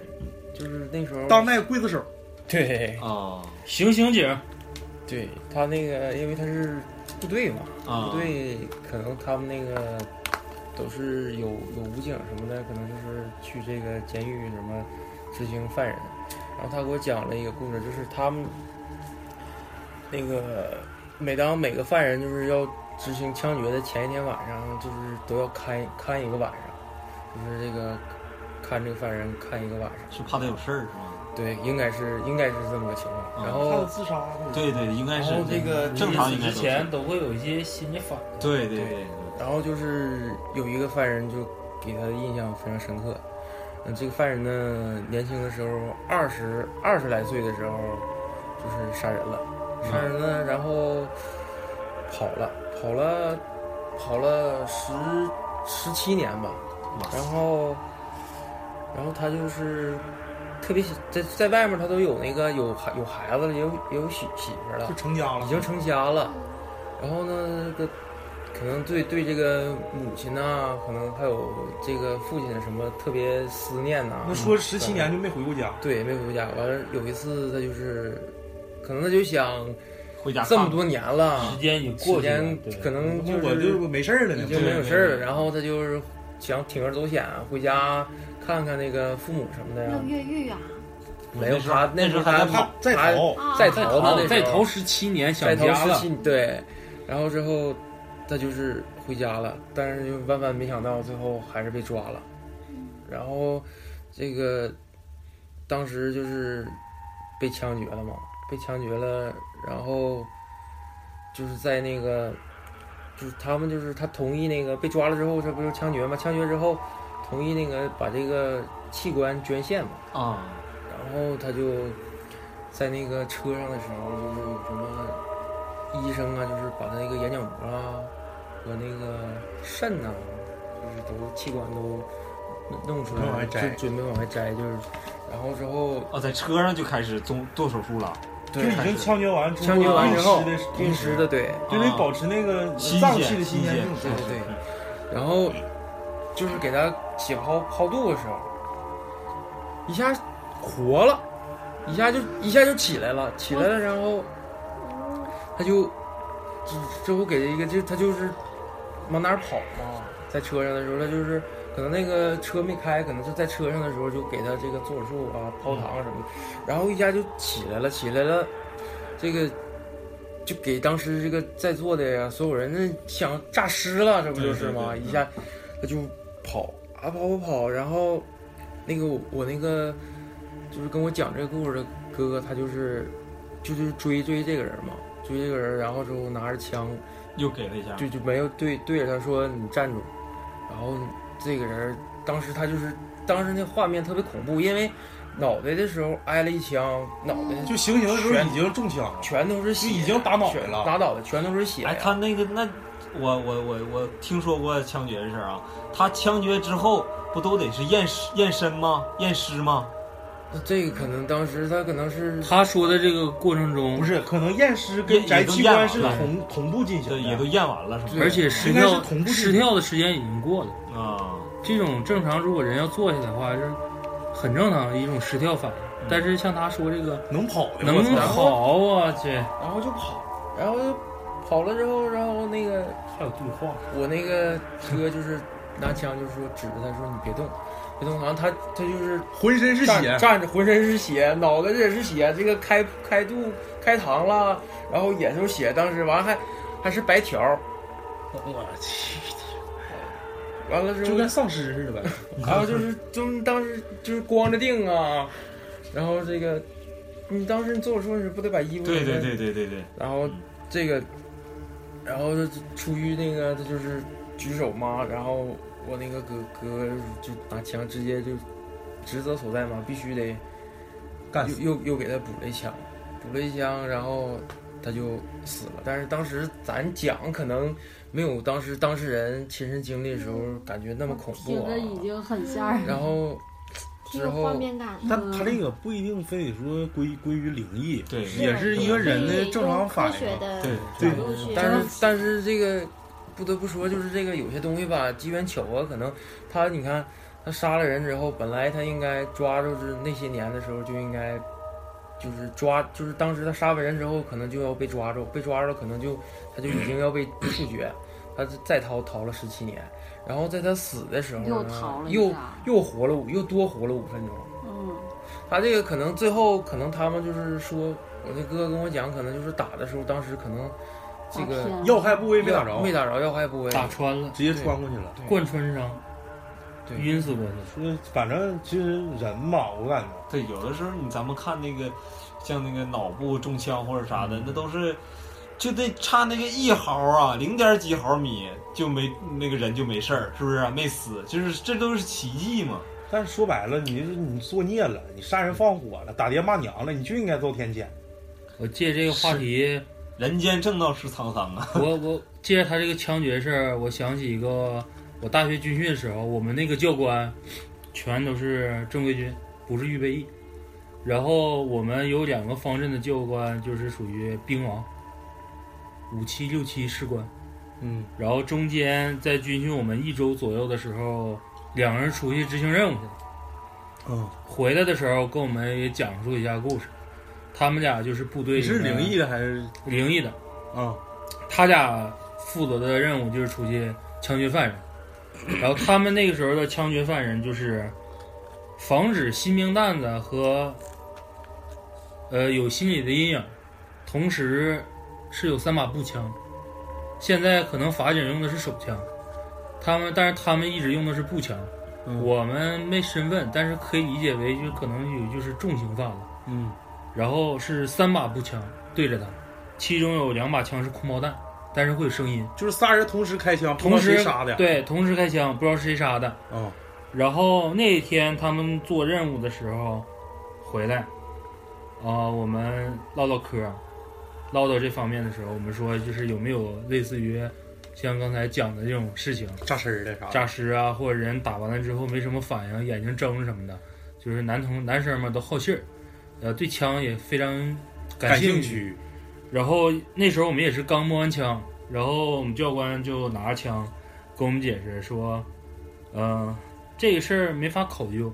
就是那时候当代刽子手，对啊行刑警，对，他那个因为他是部队嘛，啊部队可能他们那个都是有有武警什么的，可能就是去这个监狱什么执行犯人。然后他给我讲了一个故事，就是他们那个每当每个犯人就是要执行枪决的前一天晚上，就是都要看看一个晚上，就是这个看这个犯人看一个晚上。是怕他有事儿是吗？对，应该是应该是这么个情况。然后他自杀的。对对，应该然是后这个正常应该之都是前都会有一些心理反应。对对对，然后就是有一个犯人就给他的印象非常深刻。嗯，这个犯人呢，年轻的时候二十二十来岁的时候，就是杀人了，杀人了，然后跑了，跑了，跑了十十七年吧，哇然塞，后，然后他就是特别喜在在外面，他都有那个有孩有孩子了，也有也有媳媳妇儿了就，成家了，已经成家了，然后呢，这个可能对对这个母亲呐、可能还有这个父亲什么特别思念呐、那说十七年就没回过家，对，没回家。完了有一次他就是，可能他就想回家这么看多年了时，间已经时过去了间，可能就我是就没事儿了已呢。经没有事儿了。对然后他就是想铤而走险回家看看那个父母什么的呀又。越狱啊，没有那时候他那时时候候还他在他在逃，啊在在逃呢，逃那在时候逃十七年，在想头家时了期，对，然后之后他就是回家了，但是就万万没想到，最后还是被抓了。然后这个当时就是被枪决了嘛，被枪决了，然后就是在那个就是他们就是他同意那个被抓了之后，这不就枪决嘛？枪决之后同意那个把这个器官捐献嘛。啊，然后他就在那个车上的时候，就是有什么医生啊，就是把他那个眼角膜啊和那个肾呐、就是都器官都弄出来往了，外摘就准备往外摘，就是，然后之后哦，在车上就开始做做手术了，就已经枪决完之后，枪决完之后运尸的，运尸的对，就得保持那个啊新脏鲜器的新新鲜这种状对态对，然后就是给他解剖剖肚的时候，一下活了，一下就一下就起来了，起来了，然后他就之之后给一个就他就是往哪儿跑嘛，在车上的时候他就是可能那个车没开，可能是在车上的时候就给他这个做手术啊、泡嗯糖什么的，然后一下就起来了，起来了，这个。就给当时这个在座的呀所有人，那想诈尸了，这不就是吗？对对对一下他就跑啊跑跑跑，然后那个我我那个就是跟我讲这个故事的哥哥，他就是就是追追这个人嘛，追这个人，然后之后拿着枪又给了一下，就就没有对对着他说你站住，然后这个人当时他就是当时那画面特别恐怖，因为脑袋的时候挨了一枪，脑袋就行刑的时候已经中枪了，全都是血，就已经打脑袋全了打脑袋全都是血呀，哎，他那个那，我我我我听说过枪决的事儿啊。他枪决之后不都得是验尸验身吗？验尸吗？这个可能当时他可能是他说的这个过程不中，是，可能验尸也跟也摘都器验官完是了同同步进行这的，也都验完了是吗？对而且失应该是跳同步进行失跳的时间已经过了。啊，这种正常，如果人要坐下来的话，是很正常的一种失跳反嗯应。但是像他说这个能跑的，能我哦操跑啊，去然后就跑，然后就跑了之后，然后那个还有对话，我那个哥就是拿枪就说指着他说你别动，别动，好像他他就是浑身是站血，站着浑身是血，脑袋也是血，这个开开肚开膛了，然后也都是血，当时完了还还是白条，我去， 完了之后就跟丧尸似的 呗。然后就是就是当时就是光着腚啊，然后这个你当时你做手术时不得把衣服对给对它对对对对，然后这个，然后就出于那个他就是举手嘛，然后我那个哥哥就拿枪直接就职责所在嘛，必须得干死又又又给他补了一枪，补了一枪，然后他就死了。但是当时咱讲可能没有当时当事人亲身经历的时候感觉那么恐怖听啊着，已经很吓人了。然后挺之有画后面感的。但他这个不一定非得说归归于灵异，对也是一个人的正常反科学应。的对对角度嗯去但是但是这个不得不说，就是这个有些东西吧，机缘巧啊合，可能他你看他杀了人之后，本来他应该抓住是那些年的时候就应该就是抓，就是当时他杀完人之后，可能就要被抓住，被抓住可能就他就已经要被处决，他再逃逃了十七年，然后在他死的时候呢又逃了一又下，又活了五又多活了五分钟。嗯，他这个可能最后可能他们就是说，我那哥哥跟我讲，可能就是打的时候，当时可能这个大片要害部位没打着，没打着要害部位。打穿了，直接穿过去了。贯穿伤，对晕死过去。说反正其实人嘛，我感觉对，有的时候你咱们看那个，像那个脑部中枪或者啥的，那都是就得差那个一毫啊，零点几毫米就没那个人就没事儿，是不是、没死，就是这都是奇迹嘛。但是说白了，你你作孽了，你杀人放火了，打爹骂娘了，你就应该遭天谴。我借这个话题，人间正道是沧桑啊。 我我借着他这个枪决事儿，我想起一个，我大学军训的时候，我们那个教官全都是正规军，不是预备役。然后我们有两个方阵的教官，就是属于兵王，五七六七士官。嗯，然后中间在军训我们一周左右的时候，两个人出去执行任务去了。嗯，回来的时候跟我们也讲述一下故事。他们俩就是部你队里是面灵异的还是灵异的，啊？他俩负责的任务就是出去枪决犯人，然后他们那个时候的枪决犯人就是防止新兵蛋子和呃有心理的阴影，同时是有三把步枪，现在可能法警用的是手枪，他们但是他们一直用的是步枪，嗯我们没身份，但是可以理解为就可能有就是重刑犯了。嗯，然后是三把步枪对着他，其中有两把枪是空包弹，但是会有声音。就是仨人同时开枪，不知道同时谁杀的。对，同时开枪，不知道是谁杀的。啊，然后那一天他们做任务的时候回来，啊、啊我们唠唠嗑儿，唠到这方面的时候，我们说就是有没有类似于像刚才讲的这种事情，诈尸儿的啥的？诈尸啊，或者人打完了之后没什么反应，眼睛睁着什么的，就是男同男生嘛都好信儿，呃，对枪也非常感兴兴。趣。然后那时候我们也是刚摸完枪，然后我们教官就拿着枪跟我们解释说，呃，这个事儿没法考究，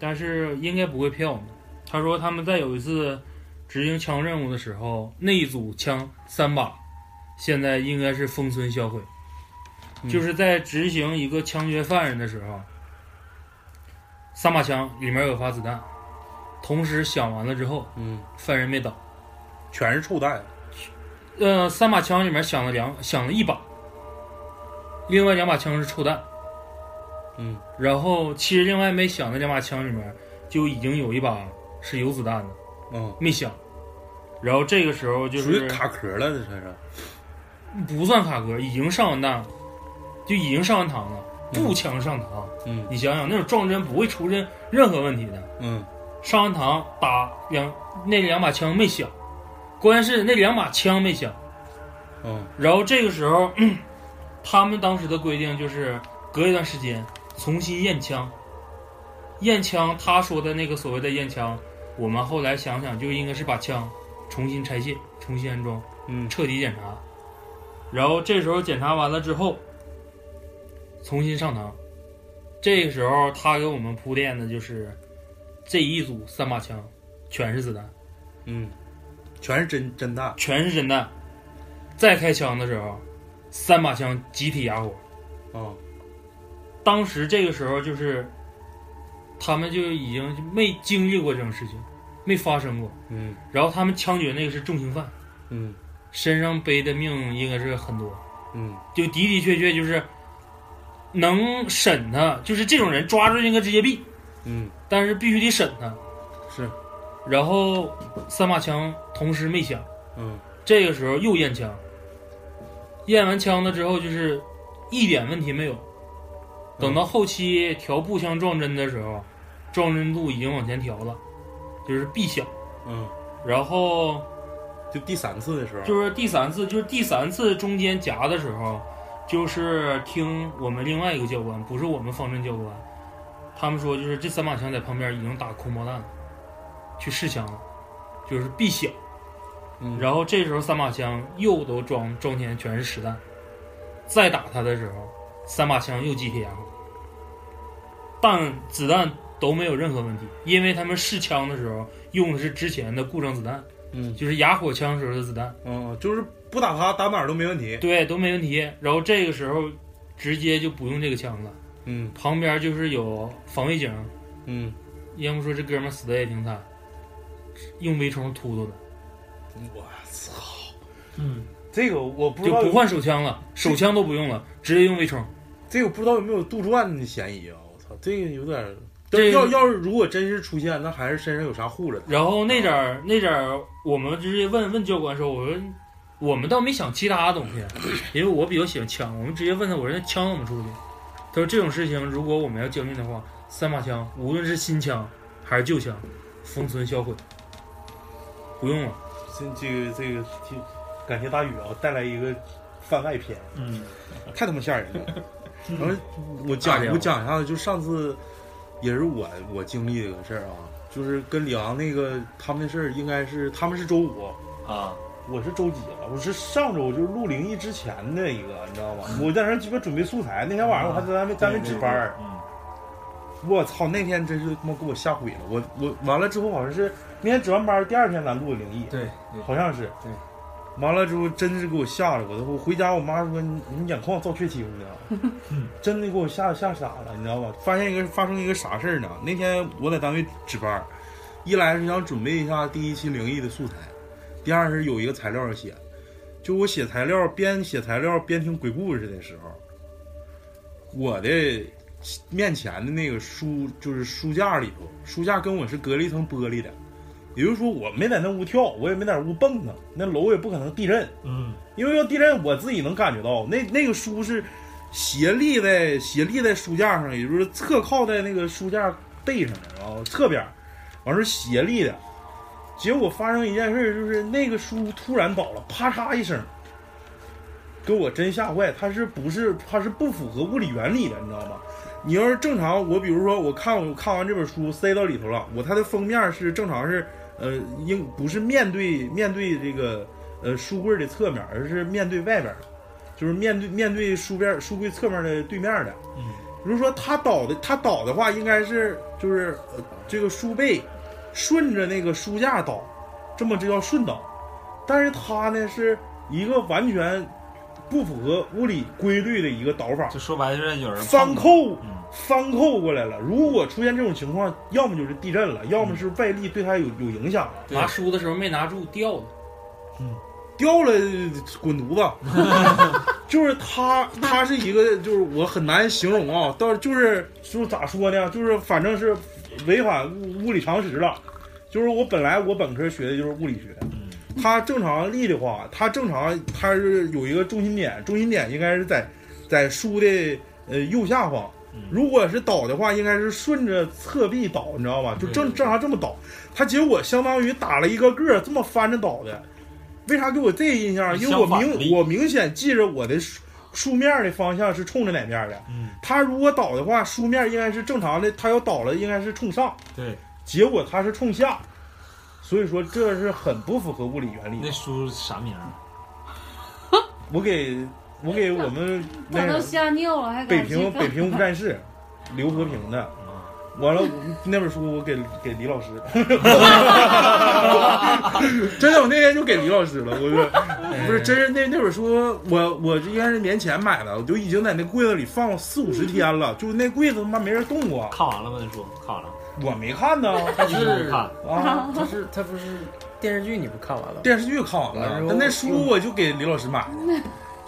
但是应该不会骗我们。他说他们在有一次执行枪任务的时候，那一组枪三把，现在应该是封存销毁，就是在执行一个枪决犯人的时候，三把枪里面有发子弹，同时响完了之后，嗯，犯人没倒。全是臭蛋。呃，三把枪里面响了两响了一把，另外两把枪是臭弹。嗯，然后其实另外没响的两把枪里面就已经有一把是有子弹的，嗯，没响。然后这个时候就属于是卡壳了，这算是。不算卡壳，已经上完弹了，就已经上完膛了，步枪上膛。嗯你想想那种撞针不会出任任何问题的。嗯，上完膛打两那两把枪没响，关键是那两把枪没响。嗯，然后这个时候， 他们当时的规定就是隔一段时间重新验枪。验枪，他说的那个所谓的验枪，我们后来想想就应该是把枪重新拆卸、重新安装、嗯彻底检查。然后这时候检查完了之后，重新上膛。这个时候他给我们铺垫的就是这一组三把枪全是子弹，嗯，全是真真蛋。全是真弹。再开枪的时候，三把枪集体哑火。啊，当时这个时候就是，他们就已经没经历过这种事情，没发生过。嗯然后他们枪决那个是重刑犯，嗯身上背的命应该是很多，嗯就的的确确就是能审他，就是这种人抓住应该直接毙，嗯，但是必须得审他。是，然后三把枪同时没响，嗯，这个时候又验枪，验完枪了之后就是一点问题没有。等到后期调步枪撞针的时候，撞针度已经往前调了，就是必响。嗯，然后就第三次的时候，就是第三次，就是第三次中间夹的时候，就是听我们另外一个教官，不是我们方阵教官，他们说就是这三把枪在旁边已经打空包弹了，去试枪了，就是必响。嗯然后这时候三把枪又都装装填全是实弹，再打他的时候，三把枪又集体压后，弹子弹都没有任何问题，因为他们试枪的时候用的是之前的故障子弹，嗯就是哑火枪时候的子弹，嗯，就是不打他，打哪儿都没问题。对，都没问题。然后这个时候直接就不用这个枪了，嗯旁边就是有防卫警，嗯，要不说这哥们儿死的也挺惨，用微冲突突的，我操，嗯，这个我不知就道有不换手枪了，手枪都不用了，直接用微冲。这个不知道有没有杜撰的嫌疑啊？我操，这个有点儿。但这要要是如果真是出现，那还是身上有啥护着他。然后那点儿那点儿，我们直接问问教官说，我说我们倒没想其他东 西，啊因为我比较喜欢枪，我们直接问他，我说那枪怎么处理？他说啊这种事情如果我们要经历的话，三把枪，无论是新枪还是旧枪，封存销毁，不用了。这这个这个，就感谢大宇啊，带来一个番外篇，嗯，太他妈吓 人了。然后我大讲家伙我讲一下子，就上次也是我我经历的一个事儿啊，就是跟李昂那个他们的事儿，应该是他们是周五，啊，我是周几了？我是上周就是录灵异之前的一个，你知道吗？我在那儿鸡巴准备素材，那天晚上我还在单位单位值班儿。嗯，我操，那天真是他妈给我吓毁了。我我完了之后好像是那天值完班儿，第二天咱录的灵异，对嗯对，好像是。对。完了之后，真是给我吓的，我都我回家，我妈说你你眼眶造血清呢，嗯真的给我吓吓傻了，你知道吧？发现一个发生一个啥事儿呢？那天我在单位值班儿，一来是想准备一下第一期灵异的素材，第二是有一个材料要写，就我写材料边写材料边听鬼故事的时候，我的面前的那个书就是书架里头，书架跟我是隔了一层玻璃的，也就是说我没在那屋跳，我也没在那屋蹦跶，那楼也不可能地震，嗯因为要地震我自己能感觉到，那那个书是斜立在斜立在书架上，也就是侧靠在那个书架背上的，然后侧边儿，完是斜立的。结果发生一件事儿，就是那个书突然倒了，啪嚓一声，给我真吓坏。它是不是它是不符合物理原理的，你知道吗？你要是正常，我比如说我看我看完这本书塞到里头了，我它的封面是正常是呃应不是面对面对这个呃书柜的侧面，而是面对外边的，就是面对面对书边书柜侧面的对面的。嗯，比如说它倒的，它倒的话，应该是就是、呃、这个书背顺着那个书架倒，这么这叫顺倒。但是它呢是一个完全不符合物理规律的一个倒法，就说白了就是有人碰翻到，扣嗯翻扣过来了。如果出现这种情况，要么就是地震了，要么是外力对它有有影响了。拿书的时候没拿住，掉了。掉了滚犊子， 就是他，他是一个，就是我很难形容啊，到就是就是咋说呢，就是反正是违反物物理常识了，就是我本来我本科学的就是物理学，嗯它正常力的话，它正常它是有一个中心点，中心点应该是在在书的呃右下方嗯。如果是倒的话，应该是顺着侧壁倒，你知道吧？就正正常这么倒，它结果相当于打了一个个儿这么翻着倒的。为啥给我这印象？因为我相反明力我明显记着我的书书面的方向是冲着哪面的。嗯，它如果倒的话，书面应该是正常的，它要倒了应该是冲上，对，结果它是冲下，所以说这是很不符合物理原理的那。书啥名儿？啊我给我给我们那我都个吓尿了，还北敢平去北看？平无战事，刘和平的。嗯完了， 那本书我给给李老师，真的，我那天就给李老师了。我就不是，真是那那本书，我我应该是年前买的，我就已经在那柜子里放了四五十天了，就那柜子他妈没人动过，看完了吗？那书看完了，我没看呢他一直没看，啊。他是他不是电视剧你不看完了吗？电视剧看完完了了，之后但那书我就给李老师买了。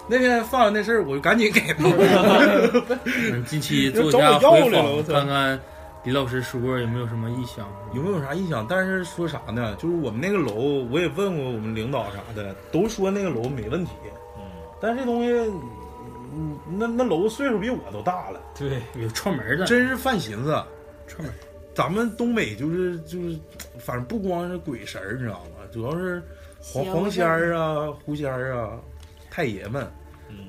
那天发完那事儿，我就赶紧给他了。嗯，近期做一找下我要回来了，我访，操！看看李老师书有没有什么异响。有没有啥异响？但是说啥呢？就是我们那个楼，我也问过我们领导啥的，都说那个楼没问题。但是这东西，嗯，那那楼岁数比我都大了，对，有串门的，真是犯寻思。串门。咱们东北就是就是，反正不光是鬼神儿，你知道吗？主要是黄邪乎黄仙儿啊、狐仙儿啊、太爷们，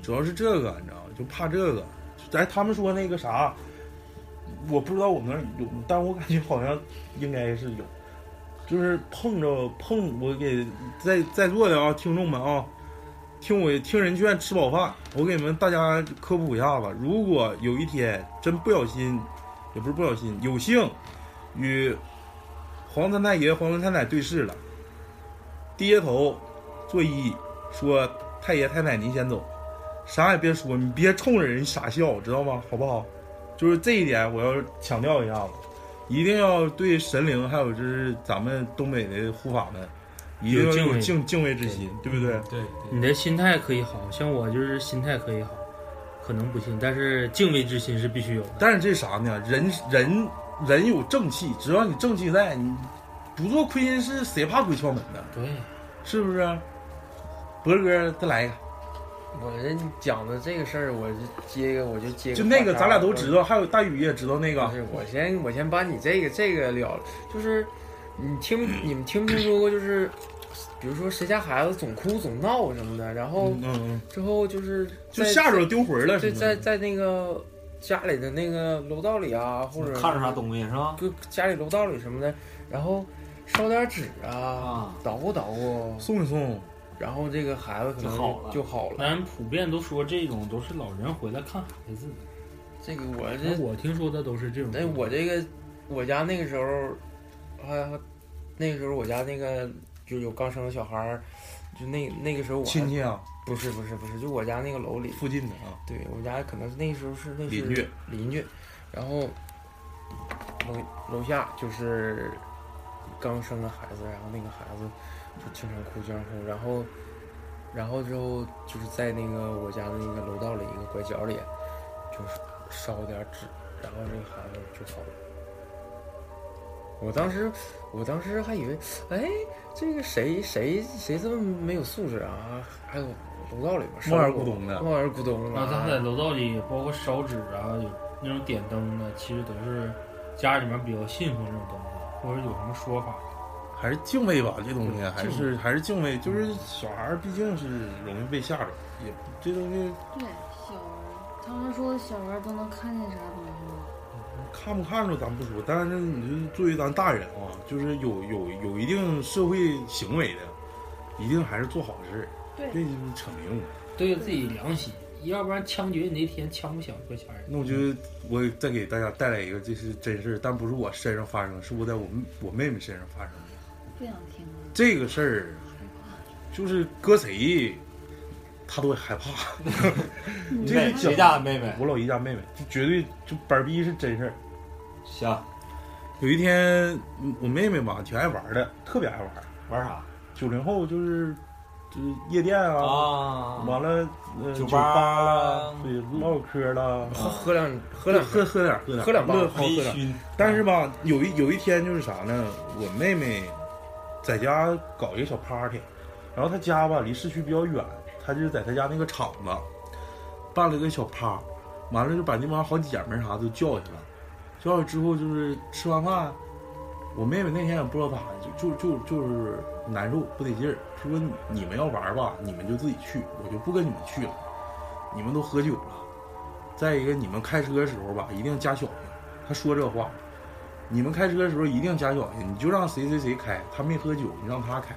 主要是这个，你知道吗？就怕这个。咱他们说那个啥，我不知道我们那儿有，但我感觉好像应该是有，就是碰着碰我给在在座的啊听众们啊，听我听人劝吃饱饭，我给你们大家科普一下吧。如果有一天真不小心，也不是不小心，有幸与黄三太爷、黄三太奶对视了，低下头作揖说：“太爷、太奶，您先走，啥也别说，你别冲着人傻笑，知道吗？好不好？就是这一点，我要强调一下子，一定要对神灵还有就是咱们东北的护法们，一定有要敬有畏敬敬畏之心，对不对？对，你的心态可以好，像我就是心态可以好，可能不信，但是敬畏之心是必须有的。但是这啥呢？人人人有正气，只要你正气在，你不做亏心事，谁怕鬼敲门呢？对，是不是？博哥，再来一个，我这你讲的这个事儿，我就接一个，我就接就那个，话茬啊咱俩都知。道，还有大宇也知道那个不。是，我先我先把你这个这个了了，就是你听你们听没听说过，就是比如说谁家孩子总哭总闹什么的，然后嗯嗯，之后就是就在吓着丢魂了，对，是在吗？在那个家里的那个楼道里啊，或者看着啥东西是吧？就家里楼道里什么的，然后烧点纸啊，啊捣鼓捣鼓，送一送，然然后这个孩子可能就好了就好了。咱普遍都说这种都是老人回来看孩子，这个我那这，我听说的都是这种。但我这个我家那个时候，还那个时候我家那个就有刚生的小孩儿，就那那个时候我还亲戚啊，不是不是不是，就我家那个楼里，附近的啊，对我家可能是那时候是那是邻居邻居，然后楼楼下就是刚生个孩子，然后那个孩子就经常哭经常哭，然后然后之后就是在那个我家的那个楼道里一个拐角里，就是烧点纸，然后这个孩子就好了。我当时，我当时还以为，哎，这个谁谁谁这么没有素质啊？还有楼道里边烧摸耳过咕咚的望而咕咚那咱在啊！楼道里，包括烧纸啊，有那种点灯的，其实都是家里面比较信奉这种东西，或者有什么说法。还是敬畏吧，这东西嗯还是还是敬畏，就是小孩儿毕竟是容易被吓着，也这东西对，小人，他们说小人都能看见啥东西吗？看不看着咱不说，但是你就作为咱大人啊，就是有有有一定社会行为的，一定还是做好事，对别扯明白。对自己良心，要不然枪决你那天枪不响会吓人。那我就我再给大家带来一个，这是真事儿，但不是我身上发生的，是我在我妹我妹妹身上发生的。不想听了。这个事儿，就是搁谁，她都会害怕。这妹个谁家的妹妹？我老姨家妹妹，就绝对就板儿逼是真事儿。行，有一天，嗯我妹妹吧挺爱玩儿的，特别爱玩儿。玩啥九零后就是就是夜店啊，啊？完了、呃、酒酒吧啊啦，对，唠嗑啦，喝喝两喝就两喝喝点儿喝点儿喝两包乐呵微喝点儿。醺，但是吧，有一有一天就是啥呢？我妹妹在家搞一个小 party，然后她家吧离市区比较远，她就在她家那个厂子办了个小趴，完了就把那帮好姐们儿啥都叫去了，叫去之后就是吃完饭，我妹妹那天也不知道咋的，就就就就是难受不得劲儿，她说你们要玩儿吧，你们就自己去，我就不跟你们去了，你们都喝酒了。再一个，你们开车的时候吧，一定加小心。她说这话，你们开车的时候一定加小心，你就让谁谁谁开，他没喝酒，你让他开。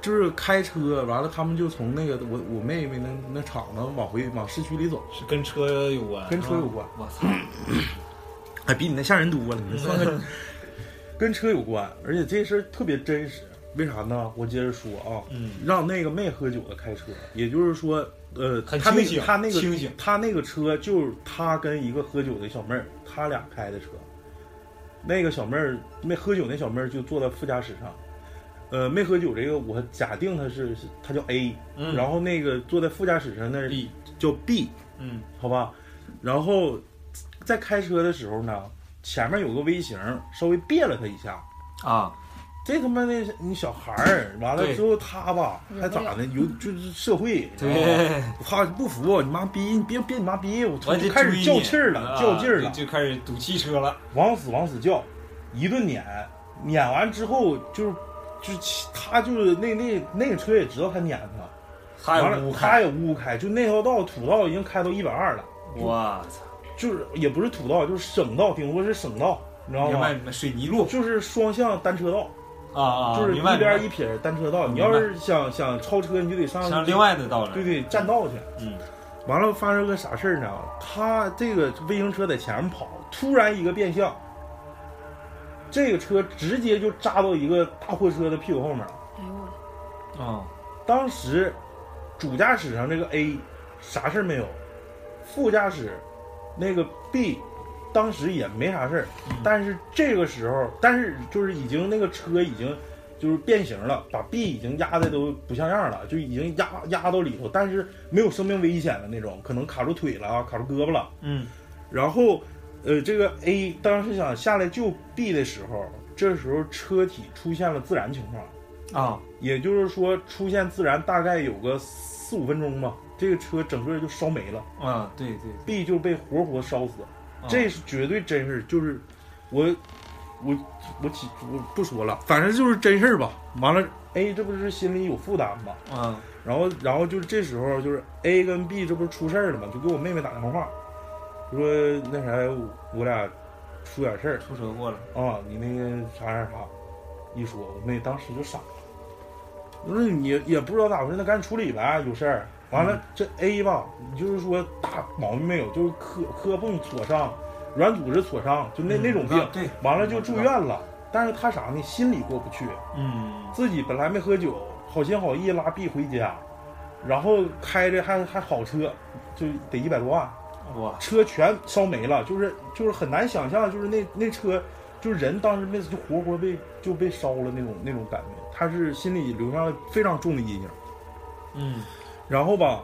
就是开车完了，他们就从那个我我妹妹那那厂子往回往市区里走，是跟车有关，啊跟车有关是吧。我操，啊哎，比你那吓人多了，你算个 跟车有关，而且这事儿特别真实。为啥呢？我接着说啊，嗯，让那个没喝酒的开车，也就是说，呃，很他那清醒他那个清醒他那个车就是他跟一个喝酒的小妹儿，他俩开的车。那个小妹儿没喝酒，那小妹儿就坐在副驾驶上，呃，没喝酒这个，我假定它是是它叫 A，、嗯然后那个坐在副驾驶上那 B 叫 B，嗯好吧？然后在开车的时候呢，前面有个 V 型，稍微别了他一下，啊，这他妈的你小孩儿，完了对之后他吧忍不还了咋的？有就是社会，对你知道吗，他不服，啊你妈逼，你别别你妈逼，我操，完哦就就开追始你较气儿了，啊较劲儿了，就就开始堵汽车了，往死往死叫，一顿撵，撵完之后就是就是其他就是那那那个车也知道他撵他，还完有了五他开，也呜呜开，就那条道土道已经开到一百二了，我操，就是也不是土道，就是省道，顶多是省道，你知道明白吗？明白，水泥路哦就是双向单车道，啊啊，就是一明白明边白一撇单车道。你明白要是想想超车，你就得上上另外的道了，对对占道去。嗯，完了发生个啥事儿呢？他这个微型车在前面跑，突然一个变向，这个车直接就扎到一个大货车的屁股后面了。哎呦我啊，当时主驾驶上这个 A 啥事儿没有，副驾驶那个 B 当时也没啥事儿，但是这个时候，但是就是已经那个车已经就是变形了，把 B 已经压的都不像样了，就已经压压到里头，但是没有生命危险的那种，可能卡住腿了啊，卡住胳膊了。嗯，然后呃，这个 A 当时想下来救 B 的时候，这时候车体出现了自燃情况。啊，也就是说，出现自燃大概有个四五分钟吧，这个车整个就烧没了啊，对对， ，B 就被活活烧死，这是绝对真事儿，就是我我我起我不说了，反正就是真事儿吧。完了，A 这不是心里有负担吗？啊，然后，然后就是这时候，就是 A 跟 B 这不是出事儿了吗？就给我妹妹打电话，说那啥，我我俩出点事儿出车祸了，啊，你那个啥啥啥，一说，我妹当时就傻了。我说你也不知道咋回事，那赶紧处理呗，有事儿。完了，这 A 吧，你就是说大毛病没有，就是磕磕碰挫伤，软组织挫伤，就那、嗯那种病啊。对，完了就住院了，但是他啥呢？心里过不去，嗯，自己本来没喝酒，好心好意拉 B 回家，然后开着还还好车，就得一百多万，哇，车全烧没了，就是就是很难想象，就是那那车，就是人当时那次就活活被就被烧了那种那种感觉，他是心里留下了非常重的阴影。嗯，然后吧，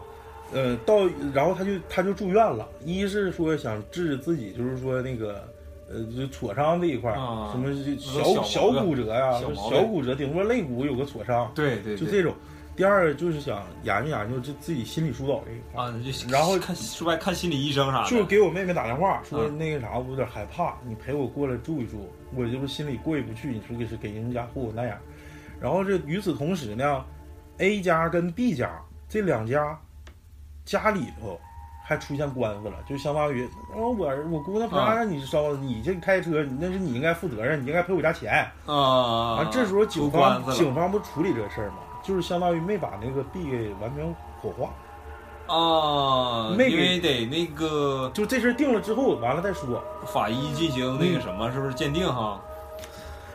呃，到然后他就他就住院了，一是说想治自己，就是说那个呃，就挫伤这一块儿，啊什么就那小都小小毛病骨折呀、小就毛小病骨折，顶多肋骨有个挫伤，对对，就对这种。第二个就是想研究研究，就自己心理疏导这一块儿。啊，就然后看说白看心理医生啥的，就给我妹妹打电话说嗯那个啥，我有点害怕，你陪我过来住一住，我就是心里过意不去，你说给是给人家祸那样。然后这与此同时呢，A 家跟 B 家这两家家里头还出现官司了，就相当于哦我儿我姑娘不让啊让你烧的，你这开车那是你应该负责任，你应该赔我家钱。啊啊，，这时出候警官方司了警方不处理这事儿吗？就是相当于没把那个 B 给完全火化。啊，那个因为得那个就这事儿定了之后，完了再说。法医进行那个什么，是不是鉴定哈？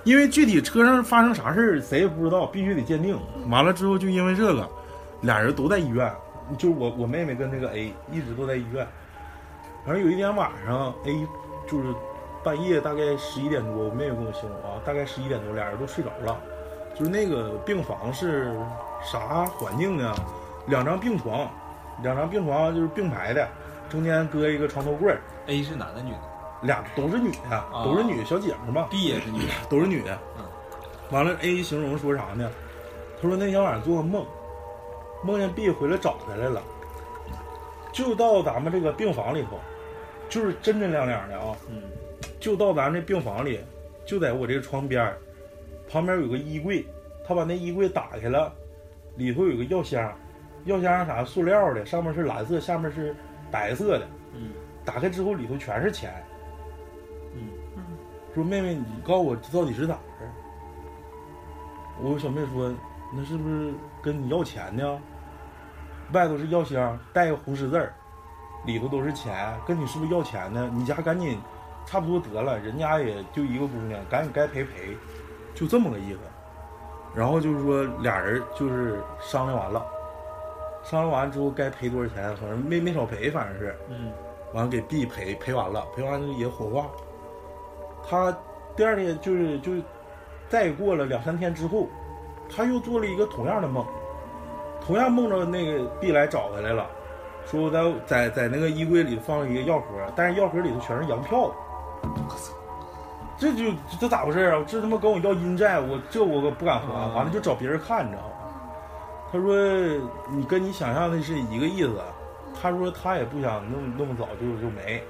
因为具体车上发生啥事儿谁也不知道，必须得鉴定。完了之后就因为这个，俩人都在医院，就是我我妹妹跟那个 A 一直都在医院。反正有一天晚上，A 就是半夜大概十一点多，我妹妹跟我形容啊，大概十一点多，俩人都睡着了。就是那个病房是啥环境呢？两张病床，两张病床就是并排的，中间搁一个床头柜儿， A 是男的女的俩都是女的，都是女的小姐们嘛。 ，B 也是女的，都是女的。嗯，完了，A 形容说啥呢？他说那天晚上做个梦，梦见 B 回来找他来了，就到咱们这个病房里头，就是真真亮亮的啊，嗯，就到咱这病房里，就在我这个床边儿，旁边有个衣柜，他把那衣柜打开了，里头有个药箱，药箱啥塑料的，上面是蓝色，下面是白色的，嗯，打开之后里头全是钱，嗯嗯，说妹妹，你告诉我这到底是咋回事？我小妹说，那是不是跟你要钱呢？外头是药箱，带个红十字儿，里头都是钱，跟你是不是要钱呢？你家赶紧，差不多得了，人家也就一个姑娘，赶紧该赔赔，就这么个意思。然后就是说俩人就是商量完了，商量完之后该赔多少钱，反正没没少赔，反正是，嗯，完了给 B 赔赔完了，赔完也火化。他第二天就是就是再过了两三天之后，他又做了一个同样的梦，同样梦着那个碧来找他来了，说他在在那个衣柜里放了一个药盒，但是药盒里头全是洋票。这就这咋回事啊？这他妈跟我要阴债，我这我可不敢还。完了就找别人看，你知道吗？他说你跟你想象的是一个意思。啊他说他也不想那么那么早就就没，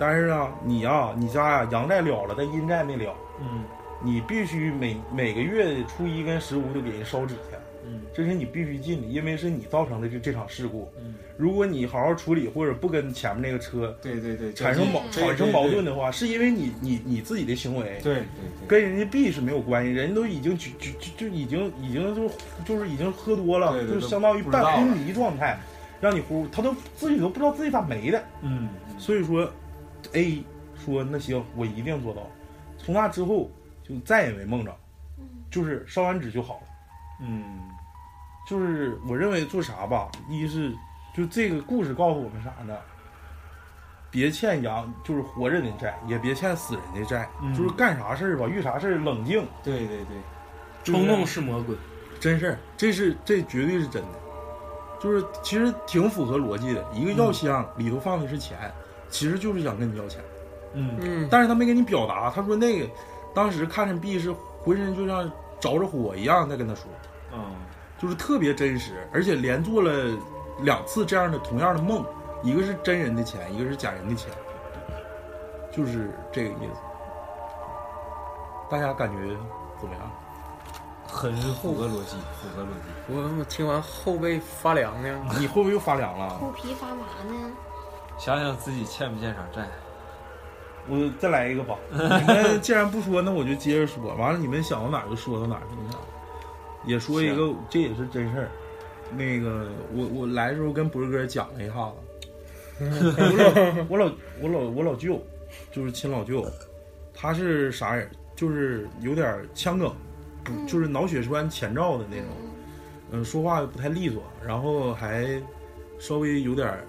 但是呢，你呀、你家呀、阳债了了，但阴债没了。嗯你必须每每个月初一跟十五就给人烧纸钱，嗯这是你必须尽的，因为是你造成的这这场事故。嗯，如果你好好处理或者不跟前面那个车对对对，产生矛对对产生矛盾的话，是因为你你你自己的行为，对对对，跟人家 B 是没有关系，人家都已经就就就就已经已经就就是已经喝多了，对对就都相当于不知道半昏了迷状态，让你呼，他都自己都不知道自己咋没的。嗯所以说，A 说那行，我一定做到。从那之后就再也没梦着，嗯就是烧完纸就好了。嗯就是我认为做啥吧，一是就这个故事告诉我们啥呢？别欠阳，就是活人的债，也别欠死人的债。嗯就是干啥事儿吧，遇啥事儿冷静。对对对，就是冲动是魔鬼。真事儿，这是这绝对是真的，就是其实挺符合逻辑的。一个药箱里头放的是钱，其实就是想跟你要钱，嗯嗯，但是他没跟你表达。他说那个当时看着 B 是浑身就像着着火一样在跟他说，嗯就是特别真实，而且连做了两次这样的同样的梦，一个是真人的钱，一个是假人的钱，就是这个意思。大家感觉怎么样？很哎符合逻辑，符合逻辑，我我听完后背发凉呢。你会不会又发凉了？头皮发麻呢。想想自己欠不欠啥债，我再来一个吧。你们既然不说，那我就接着说。完了，你们想到哪儿就说到哪儿，是不是？也说一个，这也是真事儿。那个，我我来的时候跟博哥讲了一下子，我老我老我老我老舅，就是亲老舅，他是啥人？就是有点儿腔梗，不就是脑血栓前兆的那种。嗯，说话不太利索，然后还稍微有点儿，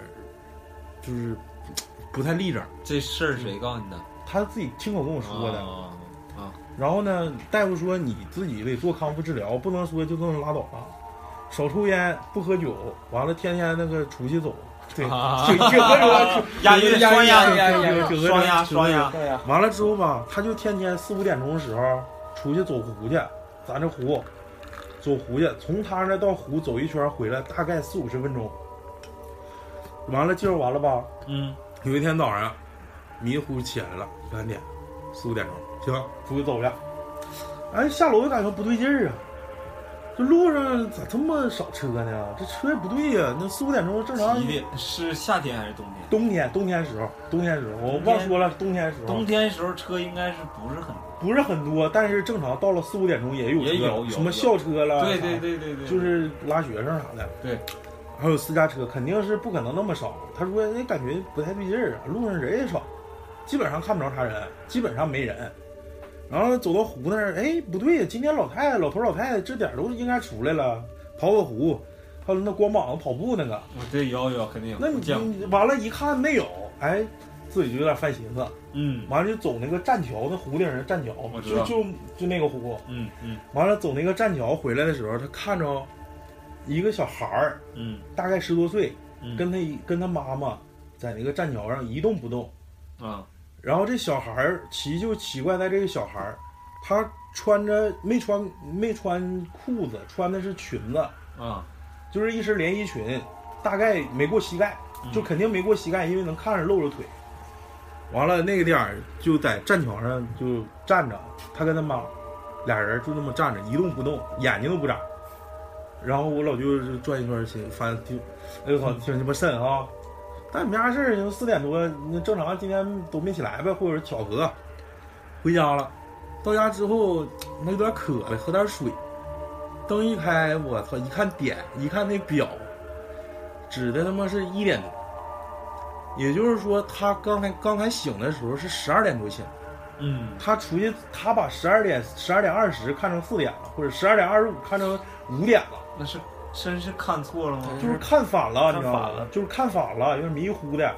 就是不太立正。这事儿谁告诉你的？他自己亲口跟我说的。啊啊，然后呢，大夫说你自己得做康复治疗，不能说就这么拉倒了，少抽烟，不喝酒，完了天天那个出去走，对，啊就就喝 酒，押韵双押押就韵就就喝酒双押双押，完了之后吧，他就天天四五点钟的时候出去走湖去，咱这湖，走湖去，从他那到湖走一圈回来，大概四五十分钟。完了，介绍完了吧？嗯有一天早上，迷糊起来了，两点，四五点钟，行，出去走去。哎，下楼就感觉不对劲儿啊，这路上咋这么少车呢？这车也不对呀、那四五点钟正常。几点？是夏天还是冬天？冬天，冬天时候，冬天时候，我忘说了，冬天时候，冬天时候车应该是不是很多？不是很多，但是正常到了四五点钟也有车也有有什么校车了，对对，对对对，就是拉学生啥的，对，还有私家车，肯定是不可能那么少。他说哎，感觉不太对劲儿啊，路上人也少，基本上看不着啥人，基本上没人。然后走到湖那儿，哎，不对呀，今天老太太、老头、老太太这点儿都应该出来了，跑跑湖，还有那光膀子跑步那个，我这有有肯定有，那你见过你完了，一看没有，哎，自己就有点犯寻思，嗯完了就走那个栈桥，那湖顶上的栈桥，我知就道就就那个湖，嗯嗯完了走那个栈桥回来的时候，他看着一个小孩儿，嗯大概十多岁，嗯，跟他一跟他妈妈在那个栈桥上一动不动。啊然后这小孩儿奇就奇怪在这个小孩儿，他穿着没穿没穿裤子，穿的是裙子，啊就是一身连衣裙，大概没过膝盖，就肯定没过膝盖，因为能看着露着腿。完了那个点儿就在栈桥上就站着，他跟他妈俩人就那么站着一动不动，眼睛都不眨。然后我老舅就转一圈儿，心发现挺，哎呦我操，挺鸡巴瘆啊！但没啥事儿，就四点多，那正常今天都没起来呗，或者巧合，回家了。到家之后，那有点渴了，喝点水。灯一开，我操！一看点，一看那表，指的他妈是一点多，也就是说，他刚才刚才醒的时候是十二点多醒，嗯他出去，他把十二点十二点二十看成四点了，或者十二点二十五看成五点了，那是真是看错了吗？就是看反嗯了，看你知道反吗了？就是看反了，有点迷糊的。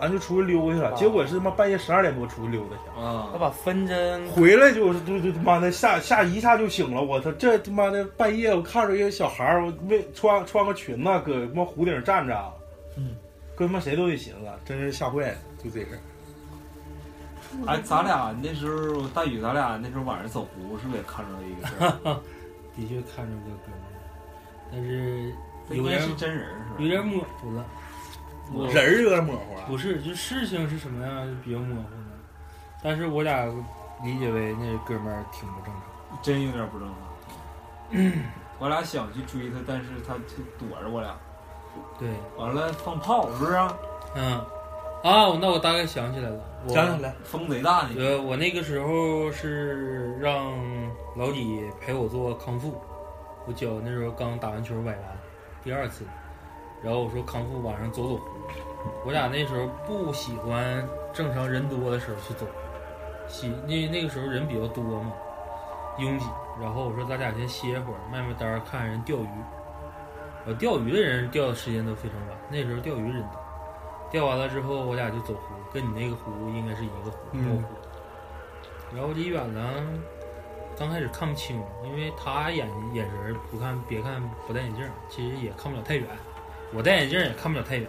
俺就出去溜达去了。结果是他妈半夜十二点多出去溜达去，啊他把分针回来就是就就他妈的下下一下就醒了，我操！这他妈的半夜我看着一个小孩儿，我没穿穿个裙子搁他妈湖顶站着，啊嗯，搁他妈谁都得寻思，真是吓坏了，就这事儿。哎，咱俩那时候大宇，咱俩那时候晚上走湖是不是也看着一个事儿？ 的确看着这个哥们儿，但是这应有该是点真人是吧？有点模糊了。我人儿有点模糊了，不是，就事情是什么样就比较模糊呢？但是我俩理解为那哥们儿挺不正常。真有点不正常。我俩想去追他，但是他就躲着我俩。对，完了放炮是不是啊？嗯，啊，那我大概想起来了。我想起来风贼大呢。呃，我那个时候是让老李陪我做康复，我脚那时候刚打完球崴完，第二次，然后我说康复晚上走走湖，我俩那时候不喜欢正常人多的时候去走，喜那那个时候人比较多嘛，拥挤，然后我说咱俩先歇会儿，卖卖单儿，看人钓鱼，我钓鱼的人钓的时间都非常晚，那时候钓鱼人多。钓完了之后，我俩就走湖，跟你那个湖应该是一个湖，嗯墨湖。然后离远了，刚开始看不清，因为他眼眼神儿不看，别看不戴眼镜儿，其实也看不了太远。我戴眼镜儿也看不了太远。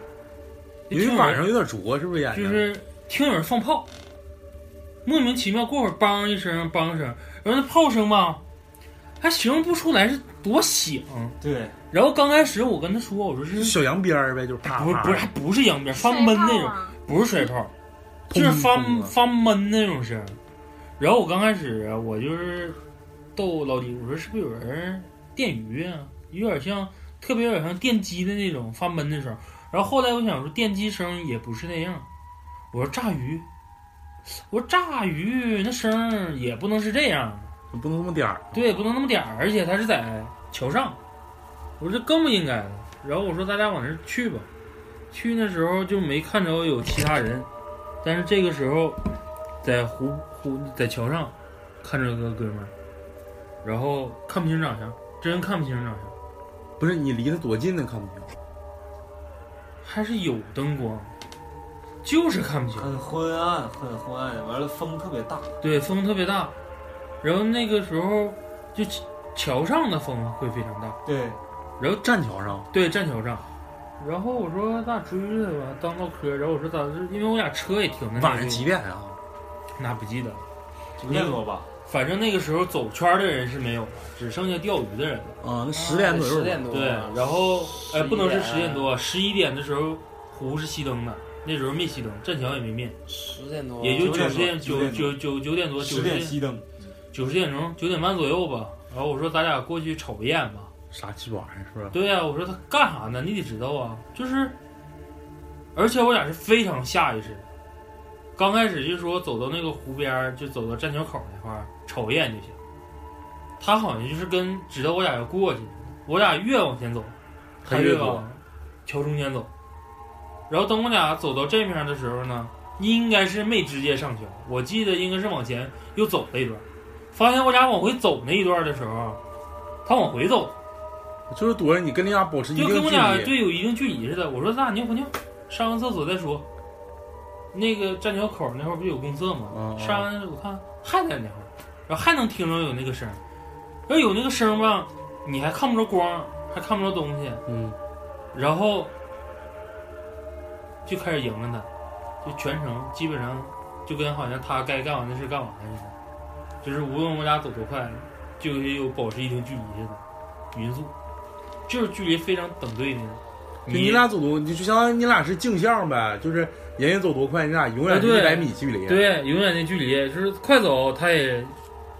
就因听为着晚上有点浊，是不是眼睛？就是听有人放炮，莫名其妙，过会儿梆一声，梆一声，然后那炮声吧，还形容不出来是多响。对，然后刚开始我跟他说，我说是小羊鞭儿呗，就是啪不是啪不是还不是扬鞭，发闷那种，啊不是甩炮，砰就是发砰啊发闷那种声。然后我刚开始啊我就是逗老李，我说是不是有人电鱼啊？有点像，特别有点像电击的那种发闷的声。然后后来我想说，电击声也不是那样。我说炸鱼，我说炸鱼那声儿也不能是这样，不能那么点儿。对，不能那么点儿，而且它是在桥上，我说这更不应该了。然后我说大家往那儿去吧，去那时候就没看着有其他人，但是这个时候在湖湖在桥上看着个哥们儿，然后看不清长相，真看不清长相，不是你离他多近呢，看不清。还是有灯光，就是看不嗯清。很昏暗，很昏暗。完了风特别大，对，风特别大，然后那个时候就桥上的风会非常大。对，站桥上，对，站桥上。然后我说咱俩追他吧，当唠嗑。然后我说咋是因为我俩车也停在那晚儿上就几点啊？那不记得了。九点多吧。反正那个时候走圈儿的人是没有了，只剩下钓鱼的人了。啊，那十点左右吧。十点多，对，然后哎，不能是11十点多，十一点的时候湖是熄灯的，那时候没熄灯，栈桥也没灭，十点多，也就9哦九十点点多九九九九点多九十十点熄灯，九十点钟九点半左右吧。然后我说咱俩过去瞅一眼吧。啥鸡巴玩意儿？是不是？对呀、我说他干啥呢？你得知道啊，就是，而且我俩是非常下意识的。刚开始就说走到那个湖边儿，就走到栈桥口那块儿瞅一眼就行。他好像就是跟知道我俩要过去，我俩越往前走，他越多往桥中间走。然后等我俩走到这面的时候呢，应该是没直接上桥，我记得应该是往前又走了一段。发现我俩往回走那一段的时候，他往回走，就是躲着你，跟那家保持一就定跟我距俩离。对有一定距离似的。我说咱俩尿不尿？上个厕所再说。那个站桥口那会儿不是有公厕吗？嗯嗯上完我看还在那会儿，然后还能听着有那个声儿，要有那个声儿吧，你还看不着光，还看不着东西，嗯，然后就开始迎着他，就全程基本上就跟好像他该干完的事干完了似的，就是无论我俩走多快，就有保持一定距离似的，匀速，就是距离非常等对的。就你俩走多，你就相当于你俩是镜像呗，就是人家走多快，你俩永远哎是对一百米距离。，对永远的距离，就是快走他也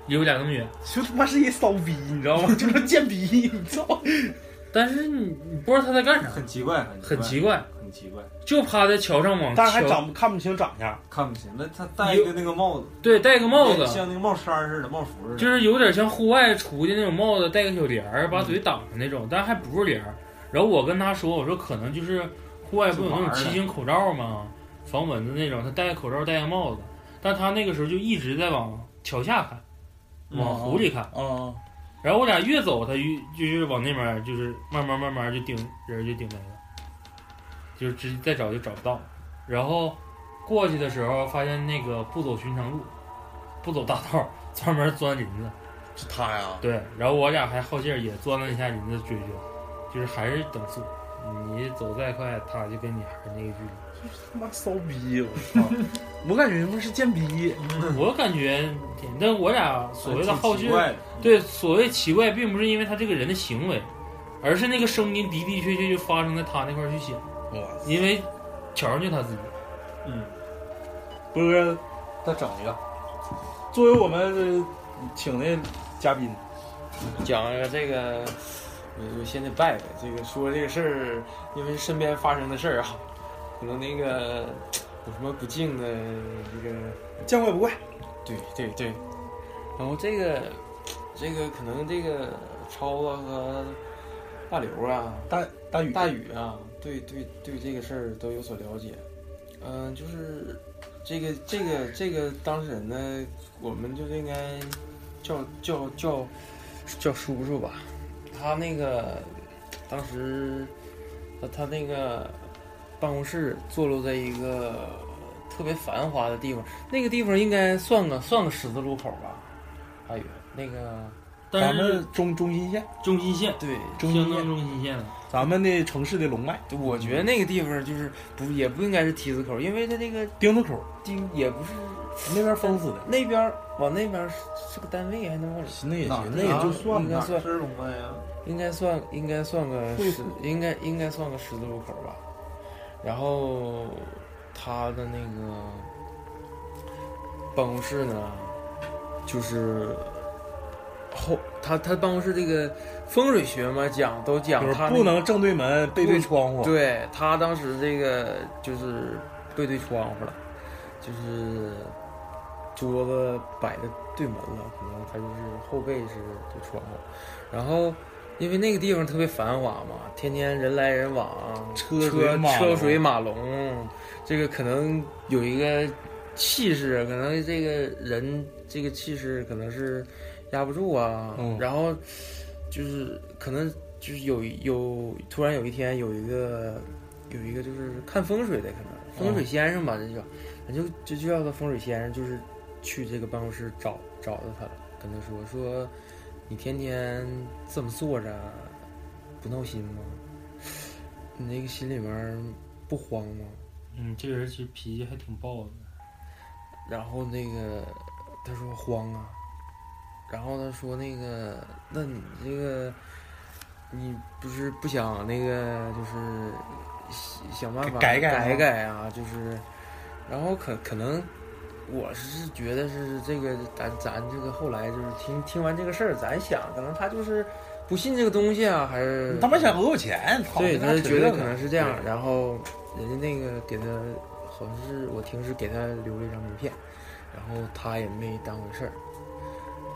离我俩那么远，就他妈是一骚逼，你知道 吗？就是贱逼，你操！但是你你不知道他在干啥，很奇怪，很很奇奇怪，怪，很奇怪，就趴在桥上往但是还桥长看不清长相，看不清。那他戴一个那个帽子，对戴个帽子，啊像那个帽衫儿似的，帽服似的。就是有点像户外出去那种帽子，戴个小帘儿把嘴挡上那种，但还不是帘儿。然后我跟他说，我说可能就是户外不有那种骑行口罩吗？防蚊子那种，他戴个口罩，戴个帽子，但他那个时候就一直在往桥下看，往湖里看。啊，然后我俩越走，他越就是往那边儿，就是慢慢慢慢就顶人就顶没了，就是直接再找就找不到。然后过去的时候发现那个不走寻常路，不走大道，专门钻林子。是他呀，对，然后我俩还好劲儿也钻了一下林子追追，就是还是等速，你走再快，他就跟你还是那个距离。他妈骚逼，我 操！我感觉他妈是贱逼，我感觉，但我俩所谓的哎好挺奇劲儿，怪的，对，所谓奇怪，并不是因为他这个人的行为，而是那个声音的的确确就发生在他那块儿去响，我因为瞧上去他自己。嗯，波哥再整一个。作为我们呃请的嘉宾，讲一个这个，呃我我现在拜拜这个说这个事儿，因为身边发生的事儿啊，可能那个有什么不敬的这个，见怪不怪。对对对，然后这个这个可能这个超子和大刘啊，大大宇，大宇啊，对对对，这个事儿都有所了解。嗯、就是这个这个这个当事人呢，我们就应该叫叫叫叫叔叔吧。他那个当时他他那个办公室坐落在一个特别繁华的地方，那个地方应该算个算个十字路口吧。大宇，那个但咱是们中中心县，中心线，对，中相心当县，中心线了。咱们的城市的龙脉，就我觉得那个地方就是不也不应该是梯子口，因为他那个丁字口丁也不是那边封死的，那边儿往那边儿是是个单位，还能往里，那也哪行，那也就算吧。应该啊算是龙脉呀，应该算应该算个惠十，应该应该算个十字路口吧。然后他的那个办公室呢，就是后他他办公室这个风水学嘛讲都讲就是他那不个能正对门，背对窗户。对他当时这个就是背对窗户了，就是桌子摆的对门了，可能他就是后背是对窗户，然后因为那个地方特别繁华嘛，天天人来人往，车车水马龙车水马龙，这个可能有一个气势，可能这个人这个气势可能是压不住啊，嗯然后就是可能就是有有突然有一天有一个有一个就是看风水的，可能风水先生吧，这叫咱就就就叫他风水先生，就是去这个办公室找找到他了，跟他说说你天天这么坐着不闹心吗？你那个心里面儿不慌吗？嗯，这个人其实脾气还挺暴的。然后那个他说慌啊，然后他说那个，那你这个，你不是不想那个就是想想办法改改吗改一啊，就是，然后可可能我是觉得是这个咱咱这个后来就是听听完这个事儿，咱想可能他就是不信这个东西啊，还是你他妈想讹我钱？操！对，你他妈是扯觉得这可个能是这样，然后人家那个给他，好像是我听是给他留了一张名片，然后他也没当回事儿。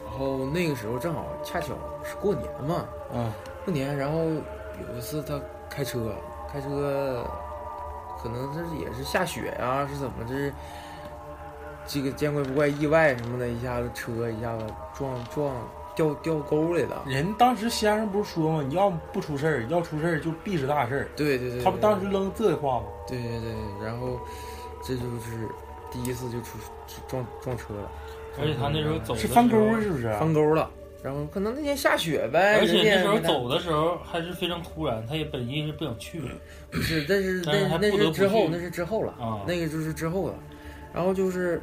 然后那个时候正好恰巧是过年嘛，嗯，过年，然后有一次他开车，开车，可能这也是下雪呀、是怎么这？这个见怪不怪，意外什么的，一下子车一下子撞撞掉掉沟里了。人当时先生不是说吗？你要不出事儿，要出事儿就必是大事儿。对对对，他不对当时扔这话吗？对对对，然后这就是第一次就出撞撞车了，而且他那时候走的是时候翻沟儿是不是？啊翻沟了。然后可能那天下雪呗，啊而人且家那时候没带走的时候还是非常突然，他也本意是不想去的不是，但是但是那还那不得是不之后，去那是之后了，啊。那个就是之后了。然后就是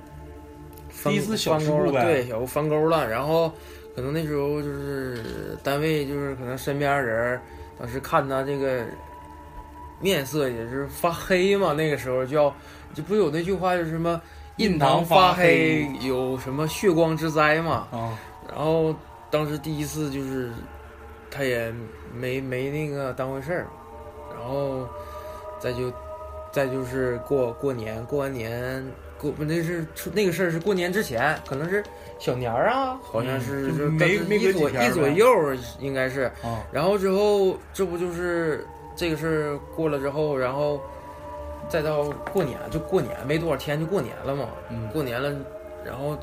翻第一次小翻事沟故了，呗对，小翻沟了。然后可能那时候就是单位就是可能身边人儿当时看他这个面色也是发黑嘛，那个时候叫就不有那句话就是什么印堂发黑，有什么血光之灾嘛。啊，然后当时第一次就是，他也没没那个当回事儿，然后再就再就是过过年，过完年过不那是出那个事儿是过年之前，可能是小年儿啊，好像是、嗯是没但是没隔几一左天儿一左呗右儿应该是，啊然后之后这不就是这个事儿过了之后，然后再到过年就过年没多少天就过年了嘛，嗯过年了，然后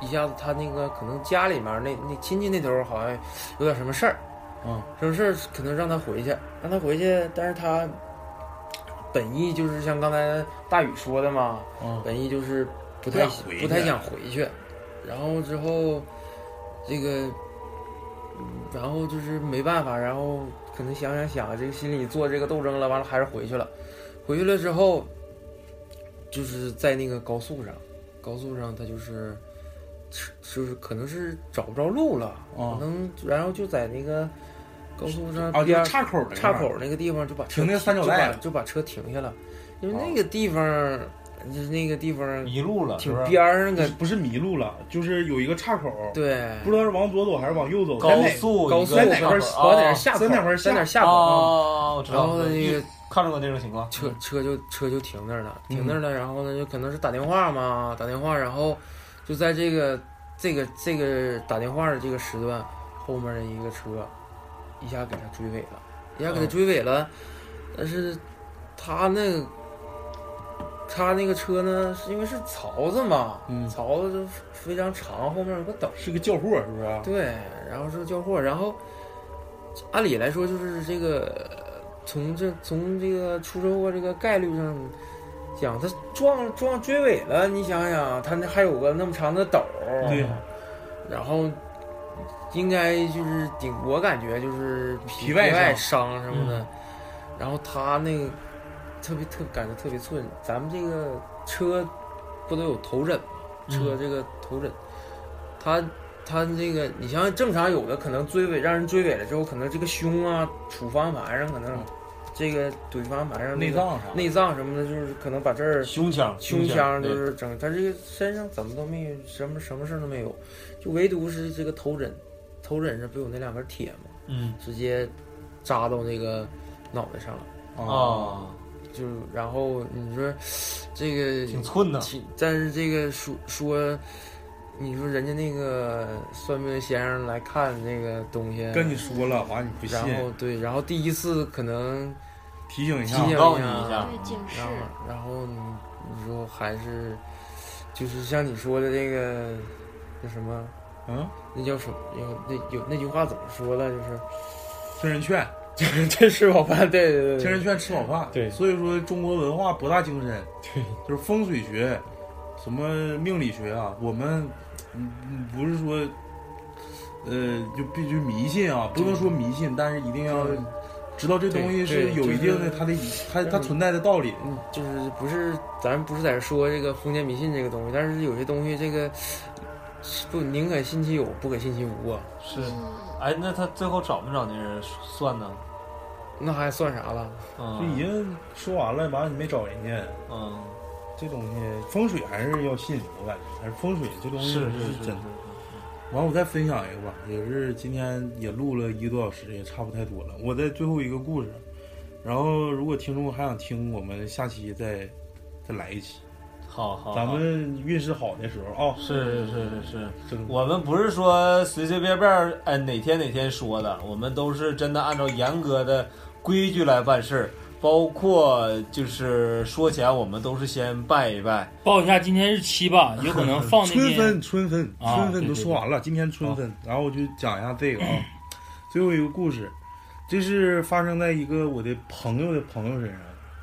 一下子他那个可能家里面那那亲戚那头好像有点什么事儿，嗯，什么事儿可能让他回去，让他回去，但是他本意就是像刚才大宇说的嘛，嗯本意就是不太不想回去不太想回去，然后之后这个，嗯然后就是没办法，然后可能想想想，这个心里做这个斗争了，完了还是回去了，回去了之后，就是在那个高速上，高速上他就是。就是可能是找不着路了，啊可能然后就在那个高速上啊，就边是儿岔口的岔口那个地方就把车停那个三角带就把就把车停下了，因为那个地方、就是那个地方迷路了，挺是不是边儿上个不是迷路了，就是有一个岔口，对不知道是往左走还是往右走。高在哪速高速在哪块儿啊往哪儿下口在哪块儿下在哪儿下啊口，哦啊，我知然道，后那个看着过那种情况，车车就车就停那儿了，停那儿了，然后呢就可能是打电话嘛，打电话，然后就在这个这个这个打电话的这个时段，后面的一个车一下给他追尾了，一下给他追尾了，但是他那个他那个车呢，是因为是槽子嘛，嗯槽子就非常长，后面有个斗。是个叫货，是不是啊？对，然后是交货，然后按理来说就是这个呃从这从这个出车祸这个概率上讲，他撞撞追尾了，你想想，他那还有个那么长的斗，啊对，然后应该就是顶，我感觉就是皮皮外嗯外伤什么的，然后他那个特别特感觉特别寸，咱们这个车不都有头枕吗？车这个头枕，他他这个你像正常有的可能追尾让人追尾了之后，可能这个胸啊杵方向盘上，可能这个怼方向盘上、内脏啥的？内脏什么的，就是可能把这儿胸腔，胸腔腔就对是整，他这个身上怎么都没有，什么什么事儿都没有，就唯独是这个头枕，头枕上不有那两根铁吗？嗯直接扎到那个脑袋上了，哦哦啊，就是然后你说这个挺寸呐，挺但是这个说说，你说人家那个算命先生来看这个东西，啊跟你说了，完你不信然，后对，然后第一次可能提醒一下啊提。醒警告你一一下对，警示然后，然后你你说还是，就是像你说的这个，那什么，嗯，那叫什么？有那有那句话怎么说了？就是听人劝，就是这吃饱饭， 对对对，听人劝吃饱饭。对所以说中国文化博大精深，对，就是风水学，什么命理学啊，我们嗯嗯不是说，呃，就必须迷信啊，不能说迷信，但是一定要对知道这东西是对对有一定的就是它的它它嗯存在的道理。嗯，就是不是咱不是在这说这个封建迷信这个东西，但是有些东西这个不宁可信其有，不可信其无啊，是，嗯，哎，那他最后找没找那人算呢？那还算啥了？就已嗯经说完了，完了你没找人家，嗯，这东西风水还是要信，我感觉还是风水这东西是是是真是的。，完，我再分享一个吧，也是今天也录了一个多小时，也差不太多了。我在最后一个故事，然后如果听众还想听，我们下期再再来一期，好哦好，咱们运势好的时候啊、是是是是。真的我们不是说随随便便儿，哎，哪天哪天说的，我们都是真的按照严格的规矩来办事儿，包括就是说前我们都是先拜一拜，报一下今天日期吧， 有可能放那春天分，春分，啊春分对都对哦说完了，今天春分，然后我就讲一下这个 啊，最后一个故事，这是发生在一个我的朋友的朋友身上，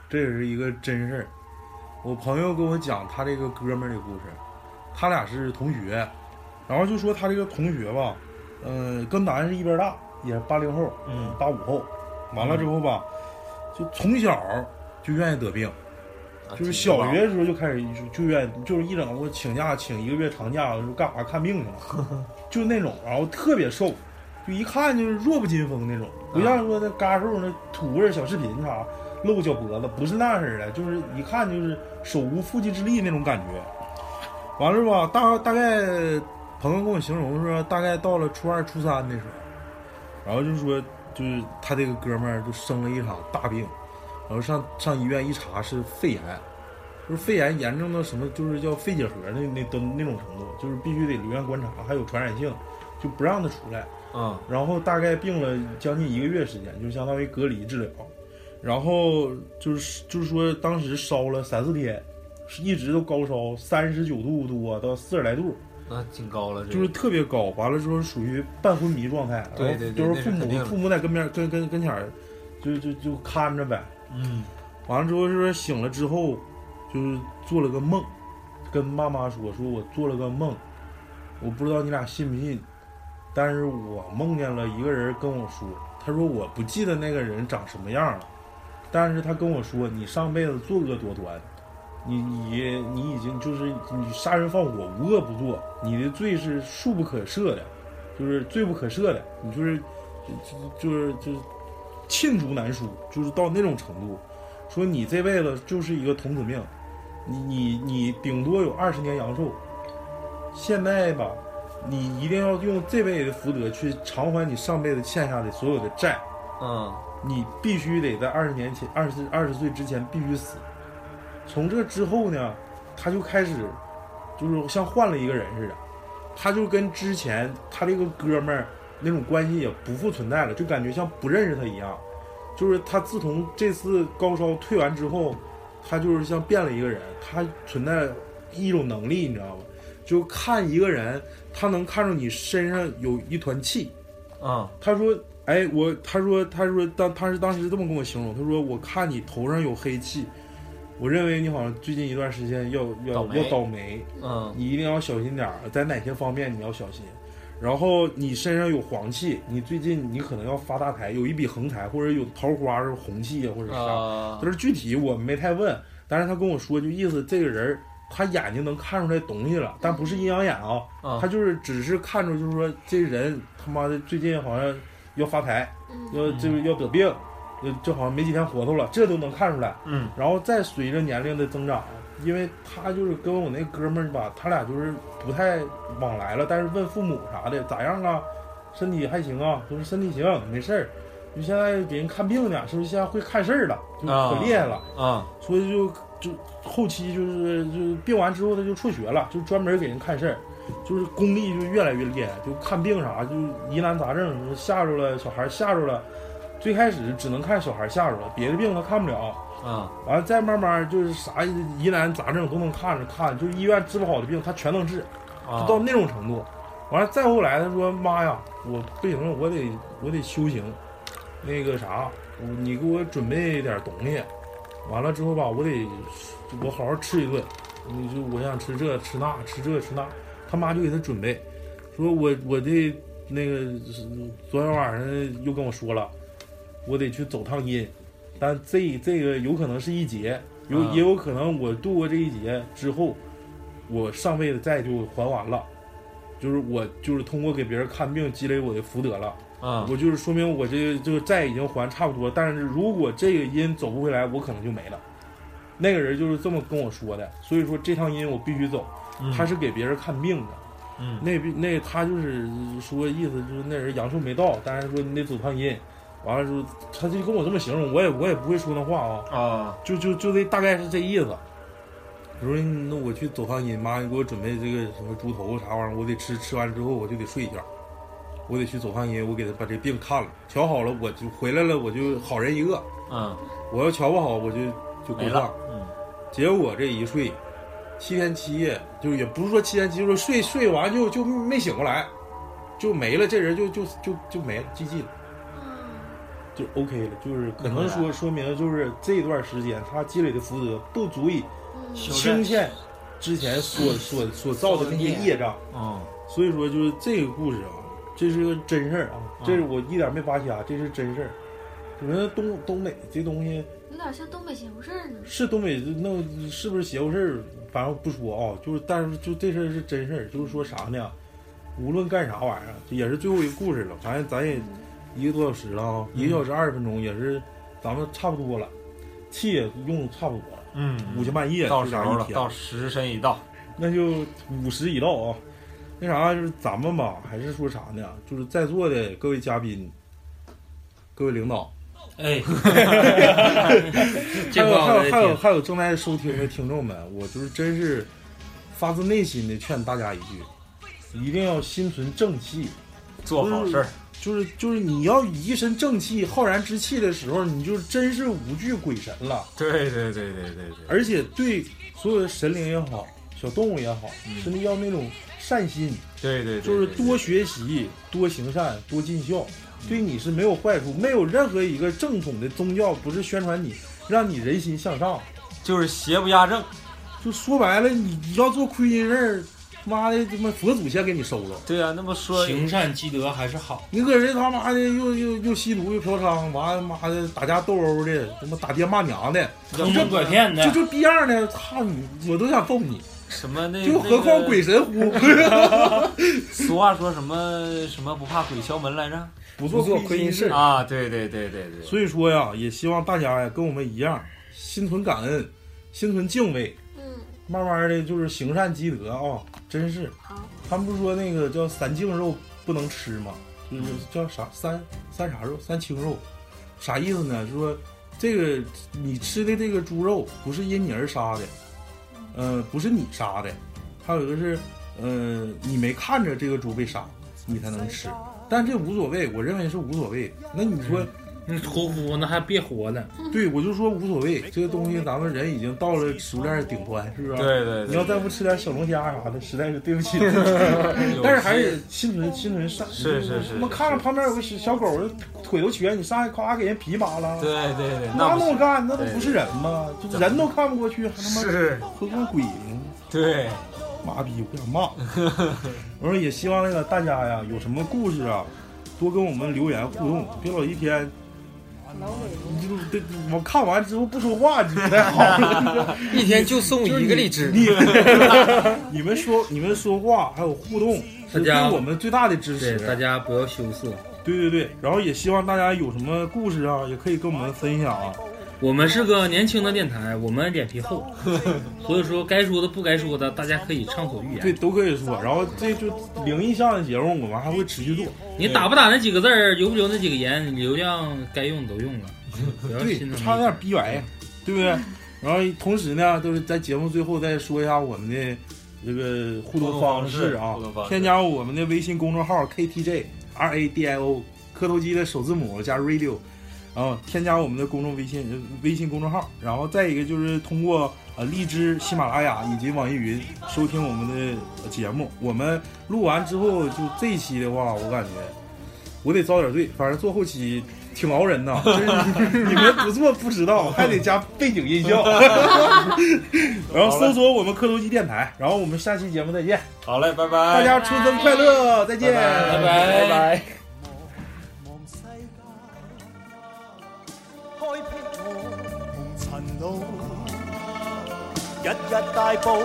这也是一个真事儿。我朋友跟我讲他这个哥们儿的故事，他俩是同学，然后就说他这个同学吧，嗯、跟咱是一边大，也是八零后，嗯八五后，完了之后吧，就从小就愿意得病。就是小学的时候就开始就就愿意就是一整我请假请一个月长假，我就干啥看病去了，就那种，然后特别瘦，就一看就是弱不禁风那种，不像说那嘎瘦那土味儿小视频啥露脚脖子，不是那样式儿的，就是一看就是手无缚鸡之力那种感觉。完了吧，大大概朋友跟我形容说，大概到了初二初三的时候，然后就说就是他这个哥们儿就生了一场大病，然后上上医院一查是肺炎。就是肺炎严重到什么，就是叫肺结核那那都那种程度，就是必须得留院观察，还有传染性，就不让他出来。嗯然后大概病了将近一个月时间，就相当于隔离治疗。然后就是就是说，当时烧了三四天，是一直都高烧，三十九度多到四十来度，那挺高了，这就是特别高。完了之后属于半昏迷状态，对然后对对就那是是父肯定母的父母在跟边跟跟跟前儿，就就就看着呗。嗯完了之后是醒了之后，就是做了个梦，跟妈妈说，说我做了个梦，我不知道你俩信不信，但是我梦见了一个人跟我说，他说我不记得那个人长什么样了，但是他跟我说你上辈子作恶多端，你你你已经就是你杀人放火无恶不作，你的罪是数不可赦的，就是罪不可赦的，你就是就就是就是罄竹难书，就是到那种程度，说你这辈子就是一个童子命，你你你顶多有二十年阳寿，现在吧，你一定要用这辈子的福德去偿还你上辈子欠下的所有的债，嗯，你必须得在二十年前二十二十岁之前必须死。从这之后呢，他就开始就是像换了一个人似的，他就跟之前他这个哥们儿那种关系也不复存在了，就感觉像不认识他一样。就是他自从这次高烧退完之后，他就是像变了一个人，他存在一种能力，你知道吗？就看一个人，他能看出你身上有一团气。嗯，他说：“哎，我他说他说当他是当时这么跟我形容，他说我看你头上有黑气，我认为你好像最近一段时间要要倒霉要倒霉，嗯，你一定要小心点儿，在哪些方面你要小心。然后你身上有黄气，你最近你可能要发大财，有一笔横财，或者有桃花是红气啊，或者啥。啊但是具体我没太问，但是他跟我说，就意思这个人儿他眼睛能看出来东西了，但不是阴阳眼啊，啊他就是只是看出，就是说这人他妈的最近好像要发财，嗯要就是要得病，就就好像没几天活头了，这都能看出来。嗯，然后再随着年龄的增长，因为他就是跟我那哥们儿吧，他俩就是不太往来了，但是问父母啥的咋样啊，身体还行啊，就是身体行，没事儿。就现在给人看病呢，是不是现在会看事儿了，就可厉害了。啊，所以就就后期就是就是病完之后他就辍学了，就专门给人看事儿，就是功力就越来越厉害，就看病啥就疑难杂症，就是吓着了小孩儿吓着了，最开始只能看小孩儿吓着了，别的病他看不了。啊，完了再慢慢就是啥疑难杂症都能看着看，就是医院治不好的病他全能治，就啊到那种程度。完了再后来他说妈呀，我不行了，我得我得修行，那个啥，我你给我准备点东西。完了之后吧，我得我好好吃一顿，你就我想吃这吃那吃这吃那，他妈就给他准备，说我我的那个昨天晚上又跟我说了，我得去走趟阴，但这这个有可能是一劫，有、啊也有可能我度过这一劫之后，我上辈子债就还完了，就是我就是通过给别人看病积累我的福德了。啊，我就是说明我这这个债已经还差不多，但是如果这个音走不回来，我可能就没了。那个人就是这么跟我说的，所以说这趟音我必须走。他是是给别人看病的，嗯那那他就是说意思就是那人阳寿没到，但是说你得走趟阴。完了之后，他就跟我这么形容，我也我也不会说那话啊，啊，就就就这大概是这意思。我说那我去走趟阴，妈，你给我准备这个什么猪头啊啥玩意儿，我得吃，吃完之后我就得睡一觉，我得去走趟阴，我给他把这病看了，瞧好了我就回来了，我就好人一个。嗯，我要瞧不好我就就没归了葬。，嗯，结果这一睡，七天七夜，就是也不是说七天七夜，就是睡睡完就就没醒过来，就没了，这人就就就就没了，GG 了。嗯就 OK 了，就是可能说说明就是这段时间他积累的福德不足以修清正，欠之前所所所造的那些业障，嗯，所以说就是这个故事啊，这是个真事儿啊，这是我一点没扒瞎，这是真事儿。你说东东北这东西有点像东北邪乎事儿呢。是东北那是不是邪乎事儿？反正不说啊，就是但是就这事儿是真事儿，就是说啥呢？无论干啥玩意儿，这也是最后一个故事了。反正咱也一个多小时了啊，一个小时二十分钟，也是咱们差不多了，气也用的差不多了，嗯，五千半夜到就时咱候一了，天到时辰已到，那就五十已到啊。那啥，就是咱们吧，还是说啥呢？就是在座的各位嘉宾、各位领导， 哎，还这有还话有我得还有听。还有正在收听的听众们，我就是真是发自内心的劝大家一句，一定要心存正气。做好事儿，就是就是你要一身正气、浩然之气的时候，你就真是无惧鬼神了。对对对对对对，而且对所有的神灵也好，小动物也好，真的要那种善心，对对，对就是对多学习、多行善、多尽孝，对你是没有坏处。没有任何一个正统的宗教不是宣传你让你人心向上。就是邪不压正，就说白了，你你要做亏心事儿，妈的他妈佛祖先给你收了。对啊，那么说行善积德还是好。你搁这他妈的又又又吸毒又嫖娼，完了妈的打架斗殴的，他妈打爹骂娘的，坑蒙拐骗就哎的，这逼样的，操你！我都想揍你，什么那就何况鬼，神乎？ 那个 俗话说什么什么不怕鬼敲门来着？不不做亏心心事儿啊，对对对对对，所以说呀，也希望大家呀跟我们一样，心存感恩，心存敬畏，嗯，慢慢的就是行善积德啊、真是好。他们不是说那个叫三净肉不能吃吗？就是叫啥三三啥肉？三清肉，啥意思呢？就是说这个你吃的这个猪肉不是因你而杀的，呃，不是你杀的，还有一个是，呃，你没看着这个猪被杀，你才能吃。但这无所谓，我认为是无所谓。那你说，你屠夫那还别嗯活了，对我就说无所谓，这个东西咱们人已经到了食物链的顶端，是不是？对对你对，要再不吃点小龙虾啥的，实在是对不 起。有但是还是心存心存善，是是是他妈看着旁边有个小小狗，腿都瘸，你上去夸给人皮扒拉，对对对，那那不么行干，那都不是人吗？就人都看不过去，还他妈是，何况鬼呢？对，妈逼，我想 骂。我说也希望那个大家呀，有什么故事啊，多跟我们留言互动，别老一天。你就对，我看完之后不说话，你不太好 了。一天就送一个荔枝，你 你们说你们说话还有互动，是对大家我们最大的支对持。大家不要羞涩。对对对，然后也希望大家有什么故事啊，也可以跟我们分享啊。我们是个年轻的电台，我们脸皮 厚，所以说该说的不该说的，大家可以畅所欲对，言。都可以说。然后这就灵异相声节目，我们还会持续做。你打不打那几个字儿，留不留那几个言，流量该用都用了，不要对心，疼。差点逼歪，嗯对不对？然后同时呢，就是在节目最后再说一下我们的这个互动方式啊互动方式，添加我们的微信公众号 KTJ R A D I O 磕头机的首字母加 radio，然后添加我们的公众微信呃微信公众号，然后再一个就是通过呃荔枝、喜马拉雅以及网易云收听我们的呃节目。我们录完之后，就这一期的话，我感觉我得遭点罪，反正做后期挺熬人 呐，真是你们不做不知道， 还得加背景音效。 然后搜索我们磕头机电台，然后我们下期节目再见，好嘞，拜拜，大家春分快乐，再见，拜拜拜拜。望世界，開辟我紅塵路，日日大步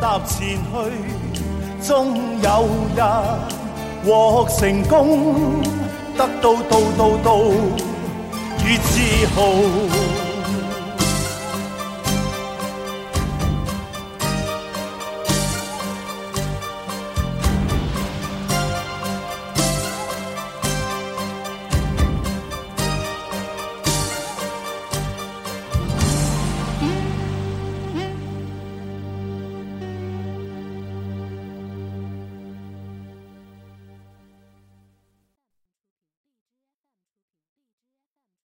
踏前去，終有日獲成功，得到到到到與自豪。